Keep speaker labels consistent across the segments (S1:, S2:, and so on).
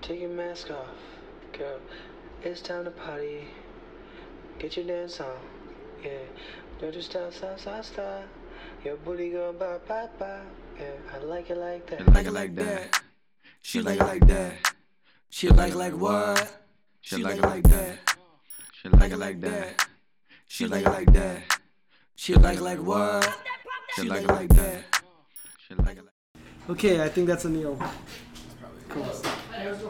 S1: Take your mask off, girl. It's time to party. Get your dance on. Yeah. Don't you stop, stop, stop, stop. Your booty go bop, bop, bop. Yeah. I like it like that.
S2: Like it like that. She like it like that. She like it like what? She like it like that. She like it like that. She like it like that. She like it like what? She like it like that. She like it like
S3: Okay, I think that's a Neil. Cool.
S4: Hey, man,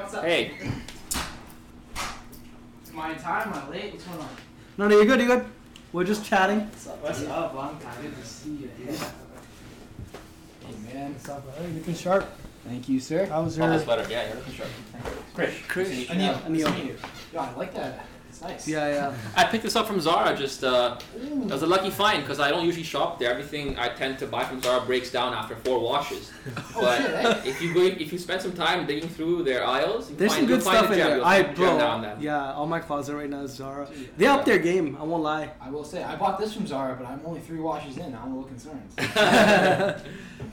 S4: what's up?
S5: Hey,
S4: It's my time. I'm late. What's going on?
S3: No, no, you're good, you're good. We're just chatting.
S4: What's up? What's up? Long time. Good to see you. dude. Hey, man. What's up?
S3: Hey, looking sharp.
S4: Thank you, sir.
S3: How was
S5: oh, that's
S3: your.
S5: better. Yeah, you're looking sharp.
S4: Chris. Chris.
S3: Anil, Anil.
S4: Yeah, I like that. It's nice.
S3: Yeah, yeah.
S5: I picked this up from Zara. Just uh, it was a lucky find because I don't usually shop there. Everything I tend to buy from Zara breaks down after four washes.
S4: Oh,
S5: but
S4: shit, eh?
S5: if you go, if you spend some time digging through their aisles, you
S3: There's
S5: find,
S3: some good
S5: you'll find
S3: stuff
S5: a
S3: in
S5: gem.
S3: there.
S5: You'll
S3: I
S5: find a gem down
S3: bro.
S5: there.
S3: Yeah, all my closet right now is Zara. They up their game. I won't lie.
S4: I will say, I bought this from Zara, but I'm only three washes in. I'm a little concerned.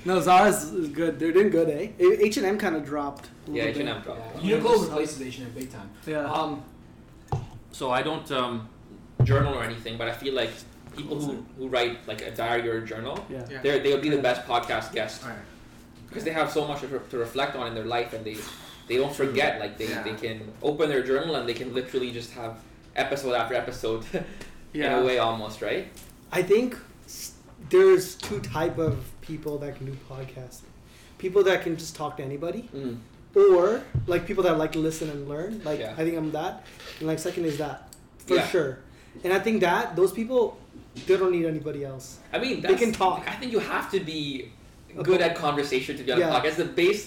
S3: No, Zara's is good. They're doing good, eh? H and M kind of dropped. A
S5: Yeah,
S3: little bit.
S5: H&M
S4: yeah.
S5: dropped.
S4: Uniqlo replaces H&M big time.
S3: Yeah.
S4: Um,
S5: So I don't um, journal or anything, but I feel like people who, who write like a diary or a journal,
S3: yeah.
S6: Yeah.
S5: they're, they'll be the best podcast guests
S6: Alright.
S5: because they have so much to, re- to reflect on in their life and they they don't forget like they,
S6: Yeah.
S5: they can open their journal and they can literally just have episode after episode in
S3: Yeah.
S5: a way almost right
S7: I think s- there's two type of people that can do podcasts. People that can just talk to anybody,
S5: mm.
S7: or like people that like to listen and learn. Like
S5: Yeah.
S7: I think I'm that, and like second is that for
S5: Yeah.
S7: sure. And I think that those people, they don't need anybody else.
S5: I mean
S7: They
S5: that's,
S7: can talk.
S5: I think you have to be
S7: A
S5: good
S7: po-
S5: at conversation to be on a
S7: Yeah.
S5: podcast the base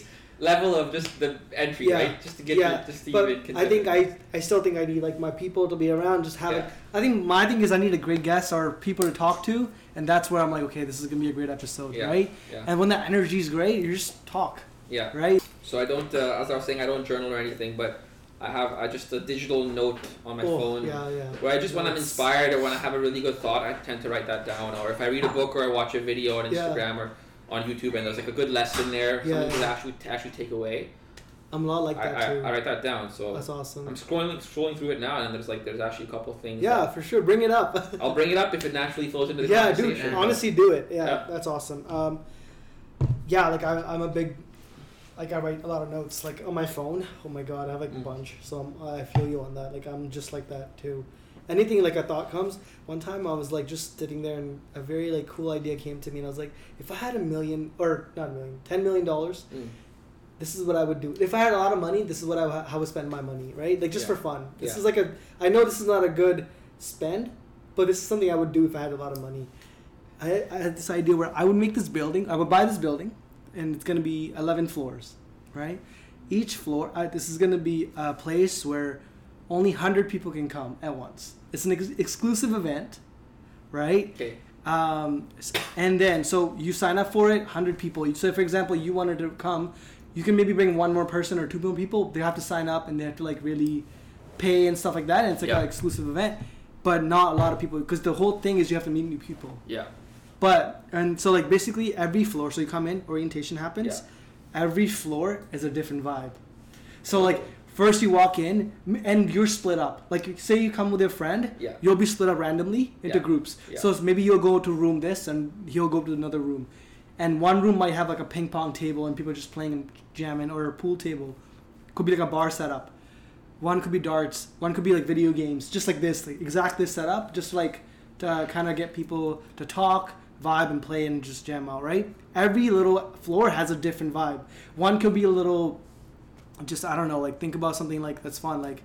S5: level of just the entry
S7: Yeah.
S5: right just to get
S7: yeah,
S5: you, just to
S7: but
S5: even
S7: I
S5: consider.
S7: think I, I still think I need like my people to be around. Just have.
S5: Yeah.
S7: A, I think my thing is I need a great guest or people to talk to, and that's where I'm like, okay, this is gonna be a great episode,
S5: Yeah.
S7: right?
S5: Yeah.
S7: And when that energy is great, you just talk,
S5: yeah
S7: right?
S5: So I don't, uh, as I was saying, I don't journal or anything, but I have I just a digital note on my
S7: Oh,
S5: phone
S7: Yeah, yeah.
S5: where I just when I'm
S7: Yes.
S5: inspired or when I have a really good thought, I tend to write that down. Or if I read a book or I watch a video on
S7: Yeah.
S5: Instagram or on YouTube and there's like a good lesson there,
S7: Yeah,
S5: something to
S7: yeah.
S5: actually to actually take away,
S7: I'm a lot like
S5: I,
S7: that
S5: I,
S7: too.
S5: I write that down. So
S7: That's awesome.
S5: I'm scrolling scrolling through it now, and there's like there's actually a couple things.
S7: Yeah,
S5: that-
S7: for sure. Bring it up.
S5: I'll bring it up if it naturally flows into the
S7: yeah,
S5: conversation.
S7: dude.
S5: but-
S7: Honestly, do it. Yeah,
S5: Yeah.
S7: that's awesome. Um, yeah, like I, I'm a big, like I write a lot of notes, like on my phone. Oh my god, I have like a
S5: Mm.
S7: bunch. So I'm, I feel you on that. Like I'm just like that too. Anything like a thought comes. One time I was like just sitting there, and a very like cool idea came to me, and I was like, if I had a million or not a million, ten million dollars,
S5: Mm.
S7: this is what I would do. If I had a lot of money, this is what I would- how I would spend my money, right? Like just
S5: Yeah.
S7: for fun. This
S5: Yeah.
S7: is like a. I know this is not a good spend, but this is something I would do if I had a lot of money.
S3: I, I had this idea where I would make this building. I would buy this building, and it's gonna be eleven floors, right? Each floor, I, this is gonna be a place where only hundred people can come at once. It's an ex- exclusive event, right?
S5: Okay.
S3: Um, s- and then so you sign up for it, hundred people. So for example, you wanted to come, you can maybe bring one more person or two more people. They have to sign up and they have to like really pay and stuff like that. And it's like
S5: Yeah.
S3: an exclusive event, but not a lot of people because the whole thing is you have to meet new people.
S5: Yeah.
S3: But and so like basically every floor, so you come in, orientation happens. Every floor is a different vibe. So like first you walk in m- and you're split up. Like say you come with your friend,
S5: Yeah.
S3: you'll be split up randomly into
S5: Yeah.
S3: groups.
S5: Yeah.
S3: So it's maybe you'll go to room this and he'll go to another room. And one room might have like a ping pong table and people just playing and jamming or a pool table. Could be like a bar setup. One could be darts. One could be like video games, just like this, like exactly setup, just like to kind of get people to talk, vibe, and play, and just jam out. Right? Every little floor has a different vibe. One could be a little, just I don't know, like think about something like that's fun, like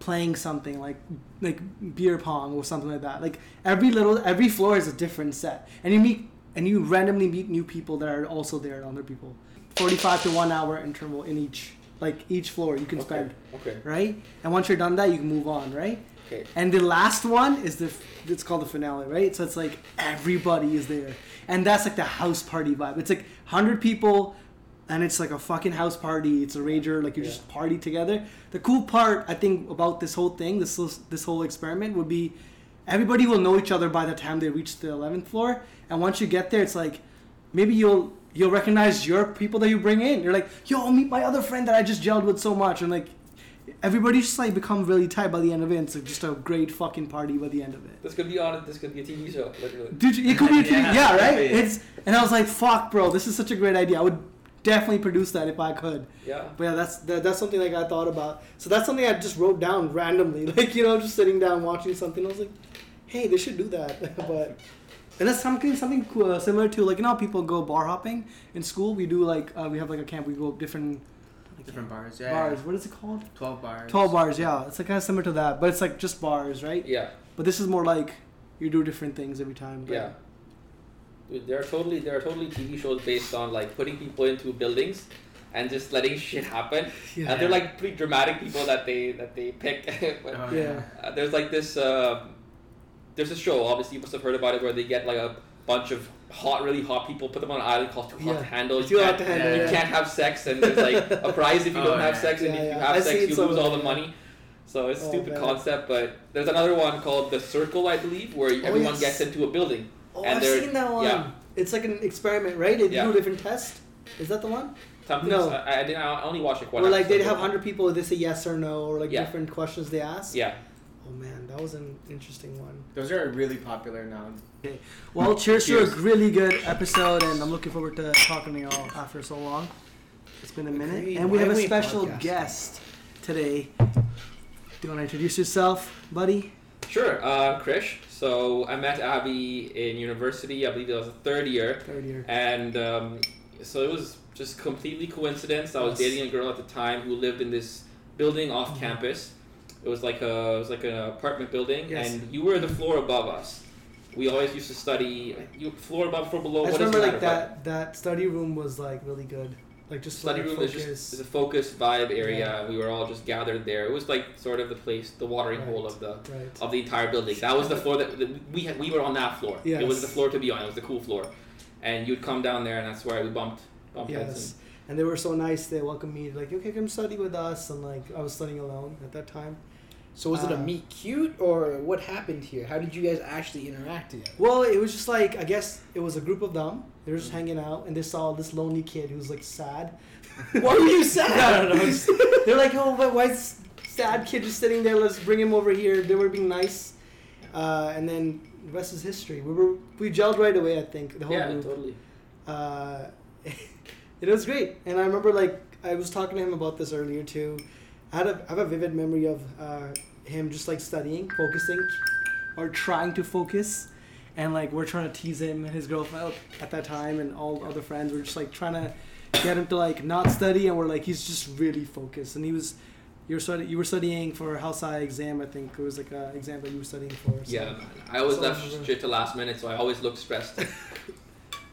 S3: playing something like like beer pong or something like that. Like every little every floor is a different set, and you meet and you randomly meet new people that are also there and other people. Forty-five to one hour interval in each like each floor you can
S5: Okay.
S3: spend
S5: Okay.
S3: right? And once you're done that, you can move on, right?
S5: Okay.
S3: And the last one is the f- it's called the finale, right? So it's like everybody is there, and that's like the house party vibe. It's like hundred people, and it's like a fucking house party. It's a rager, like you just party together. The cool part I think about this whole thing, this whole- this whole experiment would be, everybody will know each other by the time they reach the eleventh floor, and once you get there, it's like maybe you'll
S8: you'll recognize your people that you bring in. You're like, yo, meet my other friend that I just gelled with so much, and like, everybody's just like become really tight by the end of it. It's like just a great fucking party by the end of it.
S5: This could be on. This could be a TV show. Literally.
S8: Dude, it could be a
S5: Yeah,
S8: TV, yeah, right?
S5: yeah.
S8: It's and I was like, fuck, bro, this is such a great idea. I would definitely produce that if I could.
S5: Yeah.
S8: But yeah, that's that, that's something like I thought about. So that's something I just wrote down randomly, like you know, just sitting down watching something. I was like, hey, they should do that. but and that's something something cool, uh, similar to like you know how people go bar hopping in school. We do like uh, we have like a camp. We go different
S2: Different bars, yeah.
S8: bars. What is it called?
S2: 12 bars.
S8: Tall bars. Yeah, it's like kind of similar to that, but it's like just bars, right?
S5: Yeah.
S8: But this is more like you do different things every time. But
S5: Yeah. Dude, there are totally there are totally TV shows based on like putting people into buildings and just letting shit happen.
S8: Yeah.
S5: And they're like pretty dramatic people that they that they pick. But,
S2: Oh,
S8: Yeah.
S5: uh, there's like this uh, there's a show obviously you must have heard about it where they get like a bunch of hot really hot people put them on an island called too hot
S8: Yeah.
S5: to handle.
S8: It's
S5: You
S8: too hot
S5: can't-
S8: to handle,
S5: you
S8: yeah.
S5: can't have sex and there's like a prize if you
S2: Oh,
S5: don't have
S2: yeah.
S5: sex and
S8: Yeah,
S5: if you
S8: yeah.
S5: have
S8: I've
S5: sex
S8: seen
S5: you
S8: some
S5: lose
S8: of
S5: all
S8: that,
S5: the
S8: yeah.
S5: money. So it's a
S8: Oh,
S5: stupid
S8: man.
S5: concept, but there's another one called the Circle, I believe, where everyone
S8: Oh, yes.
S5: gets into a building.
S8: Oh,
S5: And
S8: I've
S5: they're-
S8: seen that one.
S5: yeah.
S8: It's like an experiment, right? They
S5: Yeah.
S8: do a different test. Is that the one?
S5: Something
S8: No.
S5: I, I didn't. I only watched like one.
S8: Or like they'd
S5: episode.
S8: have hundred people, they say yes or no, or like
S5: Yeah.
S8: different questions they ask.
S5: Yeah.
S8: Oh man, that was an interesting one.
S2: Those are really popular now.
S8: Well, cheers,
S5: Cheers.
S8: to a really good episode, and I'm looking forward to talking to y'all after so long. It's been a minute,
S3: Agreed.
S8: and we
S3: Why
S8: have a
S3: we
S8: special
S3: podcasting?
S8: guest today. Do you want to introduce yourself, buddy?
S5: Sure. Uh, Krish. So I met Abby in university. I believe it was the third year,
S8: Third year.
S5: and um, so it was just completely coincidence. I was
S8: Yes.
S5: dating a girl at the time who lived in this building off campus. It was like a it was like an apartment building,
S8: Yes.
S5: and you were the floor above us. We always used to study you, floor above, floor below.
S3: I
S5: what
S3: just
S5: does it
S3: remember like
S5: matter, but-
S3: that that study room was like really good, like just
S5: study
S3: like,
S5: room is
S3: focus.
S5: just is a focused vibe area. We were all just gathered there. It was like sort of the place, the watering hole
S3: Right.
S5: of the
S3: right.
S5: of the entire building. That was the floor that that we had, we were on that floor. It was
S3: Yes.
S5: the floor to be on. It was the cool floor, and you'd come down there, and that's where we bumped bumped
S3: Yes.
S5: heads.
S3: And they were so nice. They welcomed me, like, okay, come study with us. And like, I was studying alone at that time.
S4: So was it a
S3: Uh,
S4: meet cute or what happened here? How did you guys actually interact together?
S3: Well, it was just like I guess it was a group of them. They were just hanging out, and they saw this lonely kid who was like sad.
S4: Why were you sad?
S3: I don't know. They're like, oh, but why is sad kid just sitting there? Let's bring him over here. They were being nice, uh, and then the rest is history. We were we gelled right away. I think the whole
S5: Yeah,
S3: group.
S5: totally.
S3: Uh, it was great, and I remember like I was talking to him about this earlier too. I had a I have a vivid memory of uh, him just like studying, focusing.
S8: Or trying to focus, and like we're trying to tease him and his girlfriend at that time, and all the other friends were just like trying to get him to like not study, and we're like he's just really focused, and he was. You were, study, you were studying for a house I exam, I think. It was like an exam that you were studying for. so-
S5: Yeah, man. I always
S3: So-
S5: left shit to last minute, so I always looked stressed.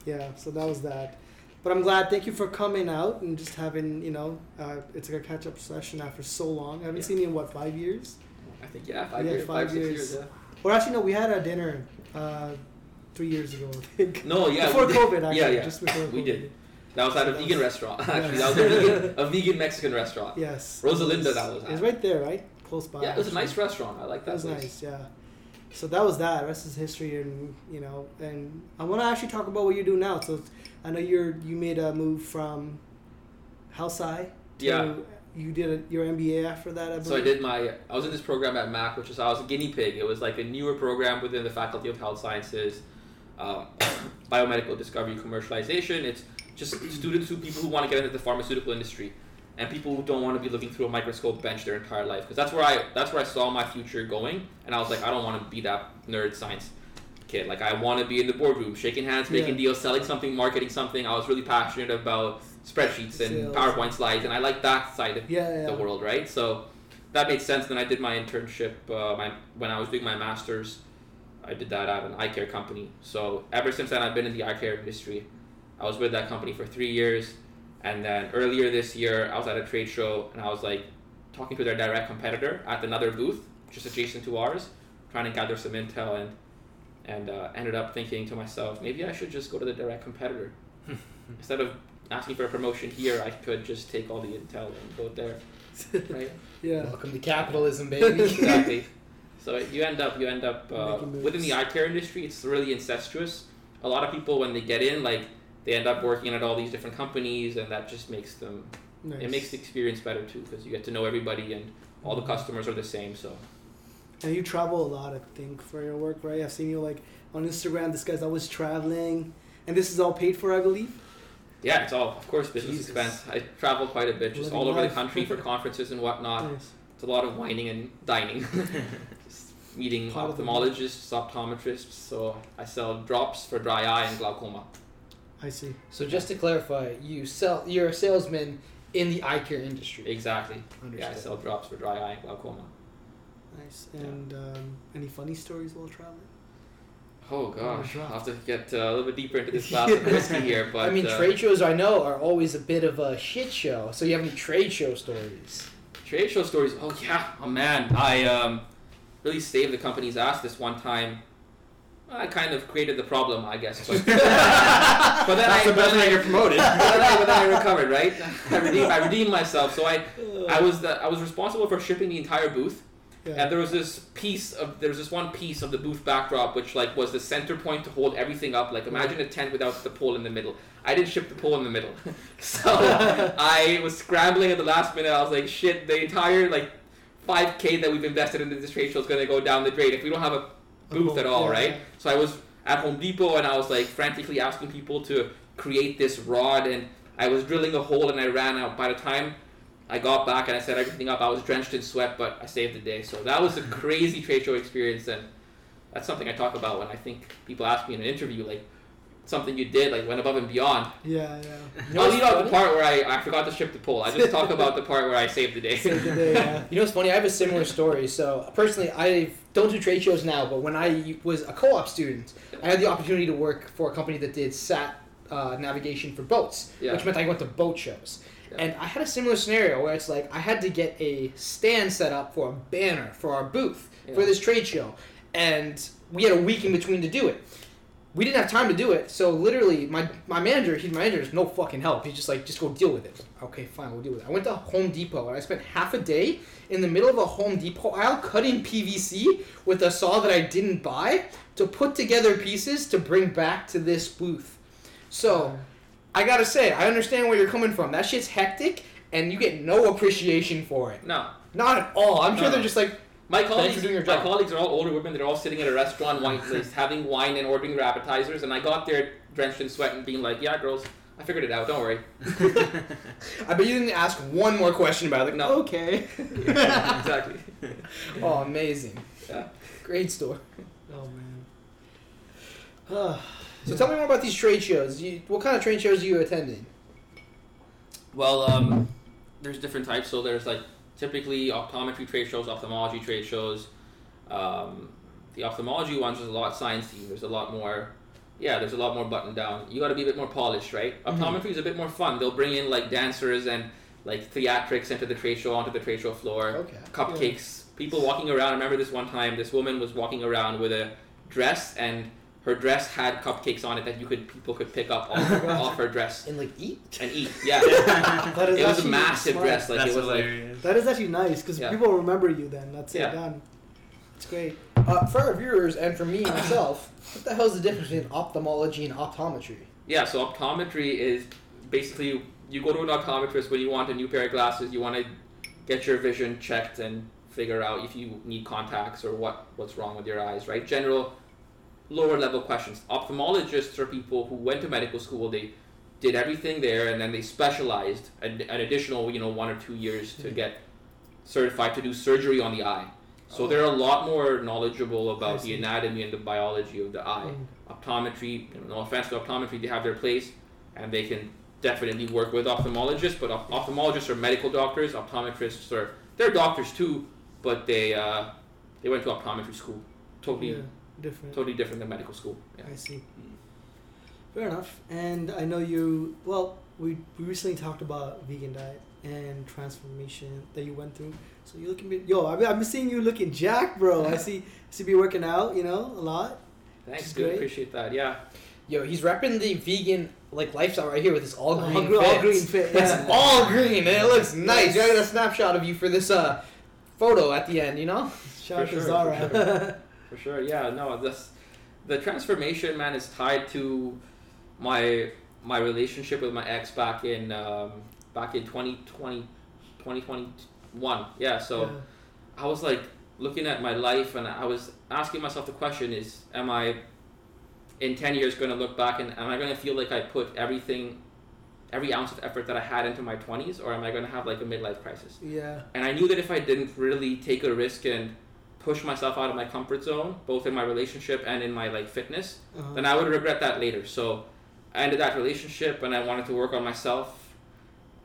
S3: Yeah, so that was that. But I'm glad. Thank you for coming out and just having, you know, uh, it's like a catch up session after so long. I haven't
S5: Yeah.
S3: seen you in what five years?
S5: I think yeah, five
S3: Yeah,
S5: years,
S3: five
S5: five, six
S3: years.
S5: years. yeah.
S3: Or actually, no, we had a dinner uh, three years ago. I think.
S5: No, yeah,
S3: before
S5: we did.
S3: COVID, actually,
S5: Yeah, yeah.
S3: just before COVID.
S5: We did. That was at a
S3: That
S5: vegan
S3: was-
S5: restaurant. Actually,
S3: Yes.
S5: that was a vegan, a vegan Mexican restaurant.
S3: Yes.
S5: Rosalinda,
S3: It
S5: that was
S3: It was
S5: at.
S3: right there, right, close by.
S5: Yeah, it was a
S3: actually.
S5: nice restaurant. I
S3: That
S5: like that
S3: was
S5: place.
S3: nice, yeah. So that was that. Rest is history, and you know, and I want to actually talk about what you do now. So I know you're you made a move from Halsai. To,
S5: Yeah.
S3: You did your MBA after that, I believe.
S5: So I did my. I was in this program at Mac, which is I was a guinea pig. It was like a newer program within the Faculty of Health Sciences, um, biomedical discovery commercialization. It's just students who people who want to get into the pharmaceutical industry, and people who don't want to be looking through a microscope bench their entire life because that's where I that's where I saw my future going, and I was like, I don't want to be that nerd science kid. Like I want to be in the boardroom, shaking hands, making
S3: Yeah.
S5: deals, selling something, marketing something. I was really passionate about spreadsheets
S3: Sales.
S5: and PowerPoint slides, and I like that side of
S3: Yeah, yeah.
S5: the world, right? So that made sense. Then I did my internship uh, my, when I was doing my master's. I did that at an eye care company. So ever since then, I've been in the eye care industry. I was with that company for three years. And then earlier this year, I was at a trade show and I was like talking to their direct competitor at another booth, just adjacent to ours, trying to gather some intel and and uh, ended up thinking to myself, maybe I should just go to the direct competitor. Instead of asking for a promotion here, I could just take all the intel and go there. Right?
S3: Yeah.
S4: Welcome to capitalism, baby.
S5: exactly. So you end up you end up uh,
S3: Making moves.
S5: within the eye care industry. It's really incestuous. A lot of people when they get in, like they end up working at all these different companies, and that just makes them.
S3: Nice. Mm-hmm.
S5: It makes the experience better too because you get to know everybody and all the customers are the same. So
S3: And you travel a lot, I think, for your work, right? I've seen you like on Instagram. This guy's always traveling, and this is all paid for, I believe.
S5: yeah, it's all of course business
S3: Jesus.
S5: expense. I travel quite a bit, just
S3: Living
S5: all over
S3: life.
S5: the country for conferences and whatnot.
S3: Nice.
S5: It's a lot of whining and dining. Just meeting
S3: Part of the-
S5: ophthalmologists, optometrists. So I sell drops for dry eye and glaucoma.
S3: I see.
S4: So just to clarify, you sell. You're a salesman in the eye care industry.
S5: Exactly. Yeah, I
S4: Understood.
S5: sell drops for dry eye and glaucoma.
S3: Nice. And um, any funny stories while traveling?
S5: Oh gosh,
S3: drops.
S5: I'll have to get uh, a little bit deeper into this glass of whiskey here. But
S4: I mean,
S5: uh,
S4: trade shows I know are always a bit of a shit show. So you have any trade show stories?
S5: Trade show stories. Oh yeah. Oh man, I um, really saved the company's ass this one time. I kind of created the problem, I guess. But, but then I, but then I get promoted. but, then I, but then I recovered, right? I redeemed, I redeemed myself. So I, I was the, I was responsible for shipping the entire booth. And there was this piece of there was this one piece of the booth backdrop which like was the center point to hold everything up. Like imagine a tent without the pole in the middle. I didn't ship the pole in the middle, so I was scrambling at the last minute. I was like, shit, the entire like 5k that we've invested into this trade show is gonna go down the drain if we don't have a booth
S3: pole,
S5: at all,
S3: yeah.
S5: right? So I was at Home Depot and I was like frantically asking people to create this rod and I was drilling a hole and I ran out. By the time I got back and I set everything up. I was drenched in sweat, but I saved the day. So that was a crazy trade show experience, and that's something I talk about when I think people ask me in an interview, like something you did, like went above and beyond.
S3: Yeah, yeah.
S4: You know
S5: I'll
S4: what's
S5: leave out
S4: funny?
S5: Oh, the part where I, I forgot to ship the pole. I just talk about the part where I saved the day.
S3: Save the day. Yeah.
S4: You know what's funny? I have a similar story. So personally, I don't do trade shows now, but when I was a co-op student, I had the opportunity to work for a company that did sat uh, navigation for boats,
S5: Yeah.
S4: which meant I went to boat shows.
S5: Yeah.
S4: And I had a similar scenario where it's like I had to get a stand set up for a banner for our booth for
S5: Yeah.
S4: this trade show, and we had a week in between to do it. We didn't have time to do it, so literally, my, my manager, he's my manager, is no fucking help. He's just like, just go deal with it. Okay, fine, we'll deal with it. I went to Home Depot and I spent half a day in the middle of a Home Depot aisle cutting PVC with a saw that I didn't buy to put together pieces to bring back to this booth. So, I gotta say, I understand where you're coming from. That shit's hectic, and you get no appreciation for it.
S5: no,
S4: Not at all. I'm sure
S5: No.
S4: they're just like,
S5: my
S4: Thanks for
S5: colleagues,
S4: doing your
S5: my
S4: job.
S5: colleagues are all older women. They're all sitting at a restaurant, wine list, having wine and ordering their appetizers. And I got there drenched in sweat and being like, "Yeah, girls, I figured it out. Don't worry."
S4: I bet you didn't ask one more question about it. Like,
S5: No.
S4: okay.
S5: exactly.
S4: oh, amazing.
S5: Yeah.
S4: Great store.
S3: Oh man. Ah,
S4: So tell me more about these trade shows. You, what kind of trade shows are you attending?
S5: Well, um, there's different types. So there's like typically optometry trade shows, ophthalmology trade shows. Um, the ophthalmology ones is a lot sciencey. There's a lot more. Yeah, there's a lot more buttoned down. You got to be a bit more polished, right?
S4: Mm-hmm.
S5: Optometry is a bit more fun. They'll bring in like dancers and like theatrics into the trade show, onto the trade show floor
S4: Okay.
S5: cupcakes. People walking around. I remember this one time, this woman was walking around with a dress, and her dress had cupcakes on it that you could people could pick up off, off her dress
S4: And like eat?
S5: and eat. Yeah,
S3: that is
S5: it was a
S3: actually
S5: massive
S3: smart.
S5: dress. Like
S9: That's
S5: it was like
S9: hilarious.
S3: That is actually nice because
S5: Yeah.
S3: people remember you. Then that's
S5: Yeah.
S3: it. Done. It's great.
S4: Uh, for our viewers and for me myself, what the hell's the difference between ophthalmology and optometry?
S5: yeah. So optometry is basically you go to an optometrist when you want a new pair of glasses. You want to get your vision checked and figure out if you need contacts or what what's wrong with your eyes. Right? General lower level questions. Ophthalmologists are people who went to medical school. They did everything there, and then they specialized an, an additional, you know, one or two years to get certified to do surgery on the eye. So they're a lot more knowledgeable about the anatomy and the biology of the eye. Optometry, you know, no offense to optometry, they have their place, and they can definitely work with ophthalmologists. But op- ophthalmologists are medical doctors. Optometrists are they're doctors too, but they uh, they went to optometry school. Totally,
S3: Yeah. Different.
S5: totally different than medical school. Yeah. Mm.
S3: I see. Fair enough. And I know you. Well, we, we recently talked about vegan diet and transformation that you went through. So you're looking. Bit, yo, I've been, I've been seeing you looking jacked, bro. I see. I see you working out. You know a lot.
S5: Thanks,
S3: It's
S5: dude.
S3: great.
S5: Appreciate that. Yeah.
S4: Yo, he's repping the vegan like lifestyle right here with this all green.
S3: all, gr- all
S4: fit.
S3: green fit.
S4: It's
S3: Yeah.
S4: all green and it looks nice.
S3: Yes.
S4: I got a snapshot of you for this uh, photo at the end. You know.
S3: Shout out
S5: for
S3: to
S5: sure, for
S3: Zara.
S5: For sure, yeah. No, this the transformation, man, is tied to my my relationship with my ex back in um, back in 2020 2021 yeah so i was like looking at my life and i was asking myself the question is am i in 10 years going to look back and am i going to feel like i put everything every ounce of effort that i had into my 20s or am i going to have like a midlife crisis
S3: yeah,
S5: and I knew that if I didn't really take a risk and push myself out of my comfort zone, both in my relationship and in my like fitness,
S3: uh-huh.
S5: then I would regret that later. So I ended that relationship, and I wanted to work on myself.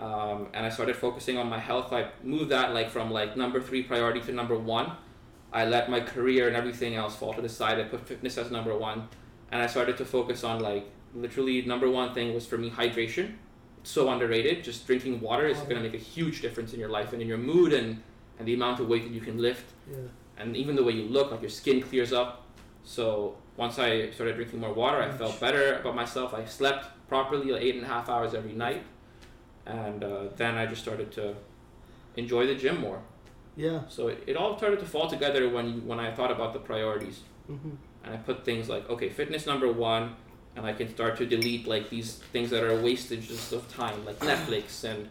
S5: Um, and I started focusing on my health. I moved that like from like number three priority to number one. I let my career and everything else fall to the side. I put fitness as number one, and I started to focus on like literally number one thing was for me hydration. It's so underrated. Just drinking water is going to make a huge difference in your life and in your mood and and the amount of weight that you can lift
S3: yeah.
S5: and even the way you look, like your skin clears up. So once I started drinking more water, I felt better about myself. I slept properly, like eight and a half hours every night, and uh, then I just started to enjoy the gym more.
S3: Yeah.
S5: So it, it all started to fall together when you, when I thought about the priorities,
S3: Mhm.
S5: and I put things like okay, fitness number one, and I can start to delete like these things that are wastages of time, like Netflix and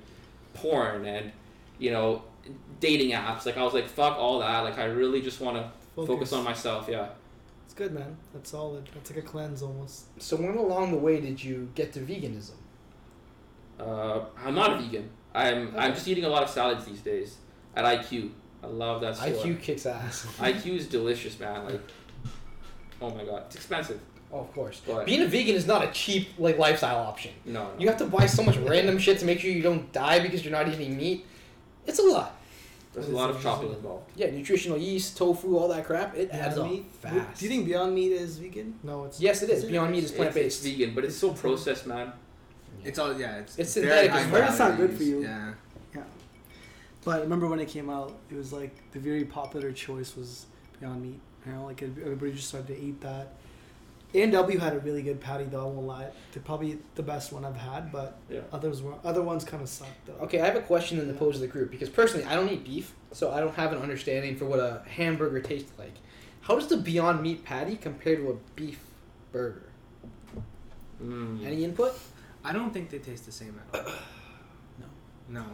S5: porn and you know dating apps. Like I was like fuck all that. Like I really just want to focus on myself. Yeah.
S3: It's good, man. That's solid. That's like a cleanse almost.
S4: So when along the way did you get to veganism?
S5: Uh, I'm not a vegan. I'm
S4: Okay.
S5: I'm just eating a lot of salads these days at IQ. I love that store.
S4: IQ kicks ass.
S5: IQ is delicious, man. Like, oh my god, it's expensive.
S4: Oh, of course.
S5: But
S4: Being a vegan is not a cheap like lifestyle option.
S5: no, no.
S4: You have to buy so much random shit to make sure you don't die because you're not eating meat. It's a lot.
S5: there's a lot of chopping involved.
S4: Yeah, nutritional yeast, tofu, all that crap. It adds up
S3: Would-
S4: fast.
S3: Do you think Beyond Meat is vegan? No, it's
S4: Yes, it is. Beyond meat is
S5: It's-
S4: plant
S5: It's,
S4: based.
S5: vegan, but it's so processed, man.
S9: It's all yeah. It's,
S4: It's
S9: very
S4: synthetic
S9: high
S4: as
S3: well. It's not good for
S9: calories,
S3: you.
S9: Yeah.
S3: But I remember when it came out, it was like the very popular choice was Beyond Meat. You know, like everybody just started to eat that. A and W had a really good patty though. I won't lie, they're probably the best one I've had. But
S5: Yeah.
S3: others were other ones kind of sucked though.
S4: Okay, I have a question in the pose of the group because personally, I don't eat beef, so I don't have an understanding for what a hamburger tastes like. How does the Beyond Meat patty compare to a beef burger?
S5: Mm.
S4: Any input?
S9: I don't think they taste the same at all. No.
S3: Uh,
S9: No.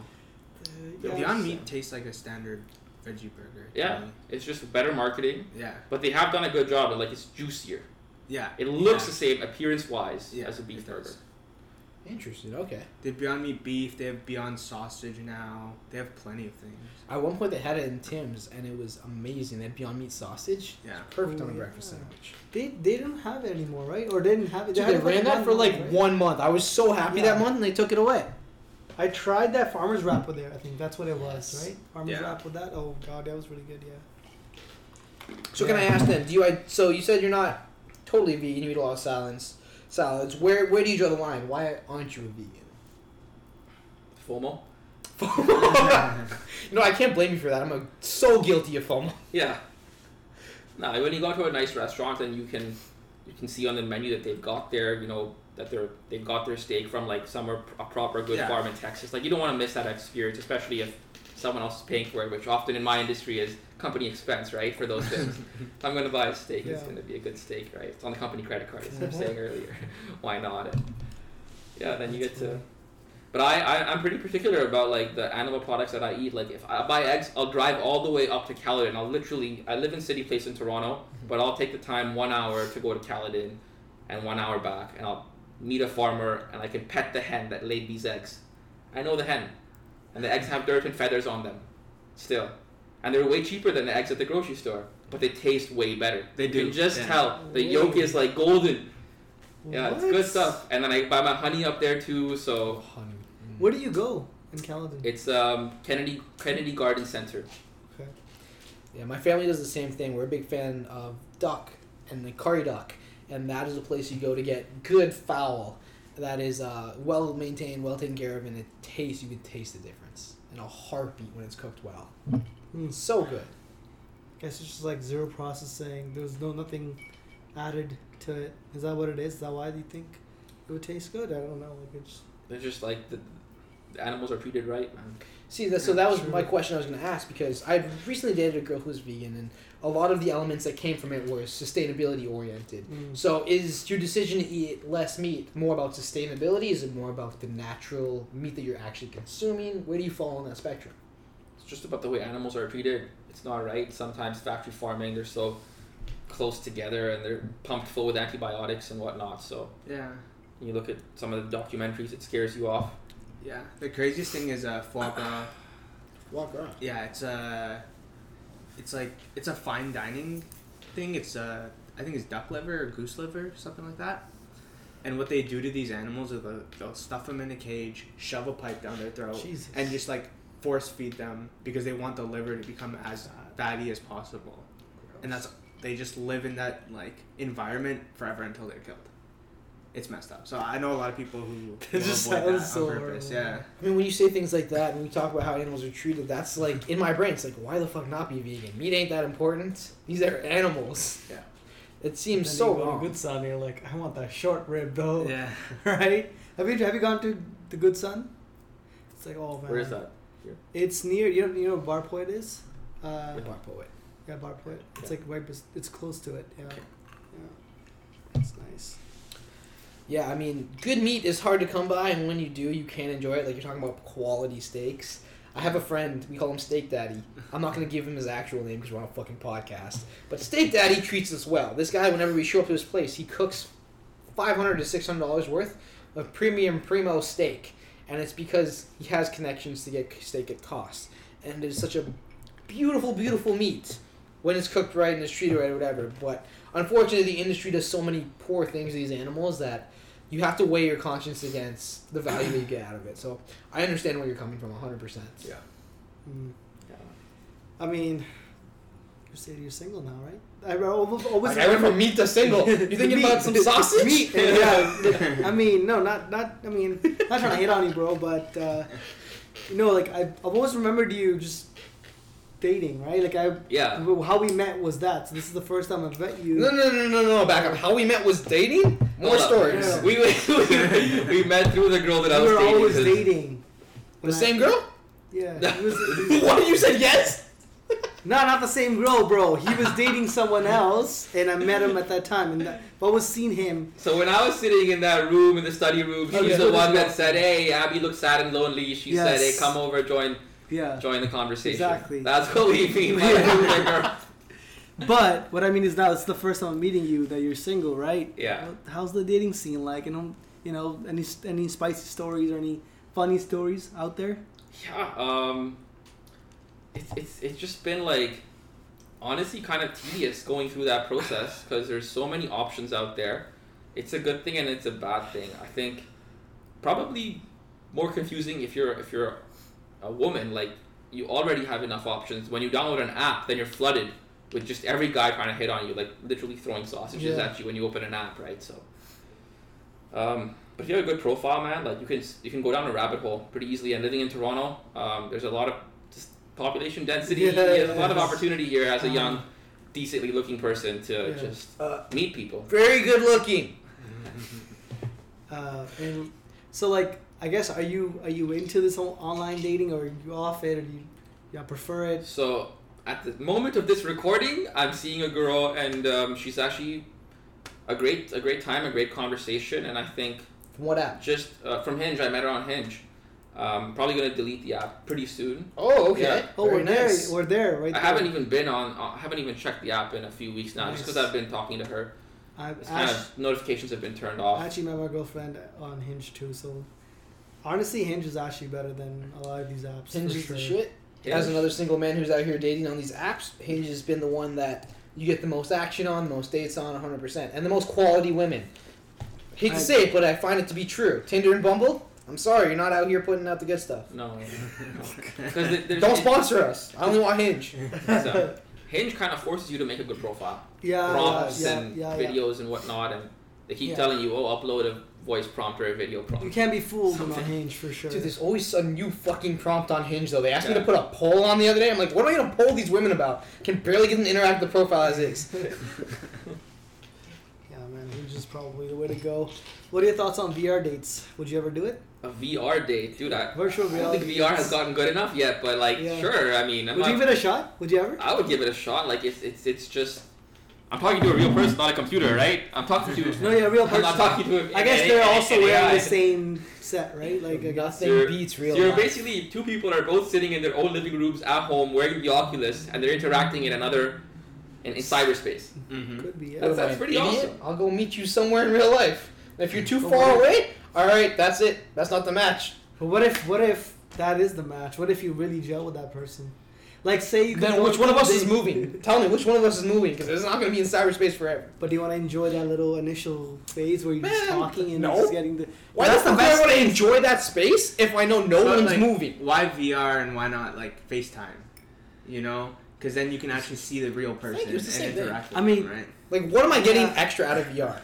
S3: yeah,
S9: Beyond
S3: it's-
S9: Meat tastes like a standard veggie burger. to
S5: Yeah.
S9: me.
S5: It's just better marketing,
S9: Yeah.
S5: but they have done a good job. And like, it's juicier.
S9: Yeah.
S5: It looks
S9: yeah.
S5: the same appearance-wise
S9: Yeah,
S5: as a
S9: it does.
S5: beef burger.
S4: Interesting. Okay.
S9: They have Beyond Meat beef. They have Beyond sausage now. They have plenty of things.
S4: At one point, they had it in Tim's, and it was amazing. They had Beyond Meat sausage.
S9: Yeah.
S4: Perfect on a
S3: Ooh,
S4: breakfast
S3: yeah.
S4: sandwich.
S3: They they don't have it anymore, right? Or they didn't have it.
S4: Dude,
S3: had
S4: they
S3: it for
S4: ran that for
S3: month,
S4: like
S3: right?
S4: one month. I was so happy
S3: Yeah.
S4: that month, and they took it away.
S3: I tried that farmer's wrap with there. I think that's what it was,
S4: Yes.
S3: right? Farmer's
S9: Yeah.
S3: wrap with that. Oh god, that was really good. Yeah.
S4: So can I ask them? Do you? I, so you said you're not totally vegan. You eat a lot of salads. Salads. Where where do you draw the line? Why aren't you a vegan?
S5: FOMO.
S4: no, I can't blame you for that. I'm uh, so guilty of FOMO.
S5: Yeah. Now, when you go to a nice restaurant and you can you can see on the menu that they've got their you know that they're they've got their steak from like somewhere a proper good
S9: Yeah.
S5: farm in Texas. Like you don't want to miss that experience, especially if someone else is paying for it, which often in my industry is company expense, right? For those things, if I'm going to buy a steak, it's
S3: Yeah.
S5: going to be a good steak, right? It's on the company credit card, as I was
S3: Mhm.
S5: saying earlier. Why not? And, yeah, then you get to. But I, I I'm pretty particular about like the animal products that I eat. Like if I buy eggs, I'll drive all the way up to Caledon. I'll literally I live in City Place in Toronto, but I'll take the time one hour to go to Caledon, and one hour back, and I'll meet a farmer and I can pet the hen that laid these eggs. I know the hen, and the eggs have dirt and feathers on them, still, and they're way cheaper than the eggs at the grocery store, but they taste way better.
S9: They do,
S5: You can just
S9: yeah.
S5: tell the yolk is like golden. Yeah, it's good
S3: What?
S5: stuff. And then I buy my honey up there too. So
S4: honey.
S3: Where do you go in Caledon?
S5: it's um, Kennedy Kennedy Garden Center.
S3: okay.
S4: Yeah, my family does the same thing. We're a big fan of duck and the curry duck, and that is a place you go to get good fowl that is uh, well maintained, well taken care of, and it tastes. You can taste the difference in a heartbeat when it's cooked well.
S3: Mm.
S4: So good.
S3: guess it's just like zero processing. There's no nothing added to it. Is that what it is? Is that why you think it would taste good? I don't know. Like it's
S5: They're just like the, the animals are treated right, man.
S4: See, that, so that was my question I was going to ask because I recently dated a girl who was vegan, and a lot of the elements that came from it were sustainability oriented. So, is your decision to eat less meat more about sustainability? Is it more about the natural meat that you're actually consuming? Where do you fall on that spectrum?
S5: It's just about the way animals are treated. It's not right. Sometimes factory farming, they're so close together and they're pumped full with antibiotics and whatnot. So
S2: Yeah.
S5: you look at some of the documentaries, it scares you off.
S2: Yeah. The craziest thing is uh, foie gras.
S4: Walk around.
S2: Yeah, it's a, it's like it's a fine dining thing. It's uh, I think it's duck liver or goose liver, something like that. And what they do to these animals is they'll, they'll stuff them in a cage, shove a pipe down their throat,
S4: Jesus.
S2: and just like force feed them because they want the liver to become as fatty as possible. And that's they just live in that like environment forever until they're killed. It's messed up. So I know a lot of people who will
S3: just
S2: avoid
S3: sounds
S2: that
S3: so
S2: on purpose.
S3: horrible.
S2: Yeah.
S4: I mean, when you say things like that, and we talk about how animals are treated, that's like in my brain. It's like, why the fuck not be vegan? Meat ain't that important. These are animals.
S2: Yeah.
S4: It seems
S3: Then
S4: so
S3: you go to
S4: wrong.
S3: Good Sun, you're like, I want that short rib though.
S2: Yeah.
S3: right? Have you have you gone to the Good Sun? It's like, oh man.
S5: Where is that?
S3: It's near. You know, you know where Bar Poet is. Uh,
S5: Yeah.
S4: Bar poet.
S3: yeah, Bar Poet. It's
S5: Yeah.
S3: like right. bes- It's close to it. Yeah. Yeah. It's nice.
S4: Yeah, I mean, good meat is hard to come by, and when you do, you can enjoy it. Like you're talking about quality steaks. I have a friend. We call him Steak Daddy. I'm not gonna give him his actual name because we're on a fucking podcast. But Steak Daddy treats us well. This guy, whenever we show up to his place, he cooks five hundred to six hundred dollars worth of premium primo steak, and it's because he has connections to get steak at cost. And it's such a beautiful, beautiful meat when it's cooked right and it's treated right or whatever. But unfortunately, the industry does so many poor things to these animals that you have to weigh your conscience against the value that you get out of it. So I understand where you're coming from 100%.
S5: Yeah.
S3: Mm. I mean, you say you're single now, right? I I always. always
S4: Like, I went from meat to single. You thinking about some sausage?
S3: Meat, yeah. I mean, no, not not. I mean, not trying to hit on you, bro, but uh, you know, like I've, I've always remembered you just dating, right? Like I,
S5: Yeah.
S3: how we met was that. So this is the first time I've met you.
S4: No, no, no, no, no, back up. How we met was dating? More
S5: Hold up.
S4: stories.
S3: Yeah.
S5: We, we, we met through the girl that I
S3: we
S5: was
S3: were
S5: dating.
S3: always
S5: 'cause-
S3: dating.
S4: The same girl?
S3: Yeah. it was-
S4: what? You said yes?
S3: no, not the same girl, bro. He was dating someone else, and I met him at that time. And that, but I was seeing him.
S5: So when I was sitting in that room in the study room, she
S3: Okay.
S5: was the one that said, "Hey, Abby looks sad and lonely." She said, "Hey,
S3: Yes.
S5: come over, join,
S3: Yeah.
S5: join the conversation."
S3: Exactly.
S5: That's what we mean. by room girl.
S3: But what I mean is now it's the first time I'm meeting you that you're single, right?
S5: Yeah.
S3: Well, How's the dating scene like? And um, you know, any any spicy stories or any funny stories out there?
S5: Yeah. Um, it's it's it's just been like, honestly, kind of tedious going through that process because there's so many options out there. It's a good thing and it's a bad thing. I think probably more confusing if you're if you're a woman like you already have enough options. When you download an app, then you're flooded with just every guy trying to hit on you, like literally throwing sausages
S4: Yeah.
S5: at you when you open an app, right? So. Um, but if you have a good profile, man, like you can you can go down a rabbit hole pretty easily. And living in Toronto, um, there's a lot of just population density.
S3: Yeah,
S5: there's a lot of
S3: yes.
S5: opportunity here as a young,
S3: Um,
S5: decently looking person to
S3: yeah.
S5: just
S4: Uh,
S5: meet people.
S4: very good looking.
S3: Uh, and so like, I guess are you are you into this whole online dating or are you off it or do you yeah prefer it?
S5: So at the moment of this recording, I'm seeing a girl, and um, she's actually a great a great time, a great conversation, and I think
S4: From what app?
S5: just uh, from Hinge, I met her on Hinge. Um, probably gonna delete the app pretty soon.
S4: Oh, okay.
S5: Yeah.
S3: Oh,
S4: Very
S3: we're there.
S4: nice.
S3: We're there, right?
S5: I
S3: there.
S5: haven't even been on. uh, I haven't even checked the app in a few weeks now, just
S3: Nice.
S5: because I've been talking to her.
S3: I,
S5: It's kind
S3: Ash,
S5: of notifications have been turned
S3: I
S5: off.
S3: actually met my girlfriend on Hinge too. So honestly, Hinge is actually better than a lot of these apps.
S4: Hinge
S3: for
S4: is the
S3: sure.
S4: shit. As another single man who's out here dating on these apps, Hinge has been the one that you get the most action on, the most dates on, 100%, and the most quality women. Hate
S3: I-
S4: to say it, but I find it to be true. Tinder and Bumble, I'm sorry, you're not out here putting out the good stuff.
S5: no, because there's
S4: Don't sponsor us. I only want Hinge.
S5: it's, uh, Hinge kind of forces you to make a good profile,
S3: Uh, Yeah,
S5: prompts
S3: yeah,
S5: and
S3: yeah, yeah, yeah.
S5: videos and whatnot, and they keep
S3: Yeah.
S5: telling you, oh, upload a voice prompt or a video
S3: You
S5: prompt.
S3: can't be fooled on
S5: Something.
S3: Hinge for sure.
S4: Dude, there's always a new fucking prompt on Hinge, though. They asked me
S5: Yeah.
S4: to put a poll on the other day. I'm like, what am I going to poll these women about? Can barely get them to interact with the profile as is.
S3: Yeah, man, Hinge is probably the way to go. What are your thoughts on VR dates? Would you ever do it?
S5: A VR date, dude. I,
S3: Virtual
S5: I don't
S3: reality.
S5: think VR has
S3: dates.
S5: gotten good enough yet, but like,
S3: Yeah.
S5: sure. I mean, I'm
S3: Would
S5: not,
S3: you give it a shot? Would you ever?
S5: I would give it a shot. Like, it's it's it's just. I'm talking to a real person, not a computer, right? I'm talking to.
S3: No, yeah, real
S5: I'm not
S3: person.
S5: talking to.
S3: I guess
S5: an-
S3: they're
S5: an-
S3: also
S5: an
S3: wearing
S5: AI.
S3: the same set, right? Like I guess
S4: Nothing
S5: You're-
S4: beats real
S5: So you're
S4: life.
S5: basically two people are both sitting in their own living rooms at home wearing the Oculus, and they're interacting in another, in, in cyberspace.
S2: Mm-hmm.
S3: could be. Yeah.
S5: That's- that's pretty
S4: Idiot,
S5: awesome.
S4: I'll go meet you somewhere in real life. And if you're too
S3: Oh,
S4: far
S3: wow.
S4: away, all right, that's it. That's not the match.
S3: But what if what if that is the match? What if you really gel with that person? Like say you could
S4: Then
S3: go
S4: which
S3: on
S4: one of
S3: two
S4: us is
S3: dates-
S4: moving? Tell me which one of us is moving because it's not going to be in cyberspace forever.
S3: But do you want to enjoy that little initial phase where you're just
S4: Man,
S3: talking and
S4: no.
S3: just getting the?
S4: Why
S3: That's
S4: that's
S3: the
S4: the fuck
S3: best
S4: I want to enjoy that space if I know no
S2: But,
S4: one's
S2: like,
S4: moving?
S2: Why VR and why not like FaceTime? You know, because then you can actually see the real person
S4: it's the same
S2: and
S4: thing.
S2: interact.
S3: I
S2: with
S3: mean-
S2: them, right?
S4: Like, what am I getting
S3: Yeah.
S4: extra out of VR?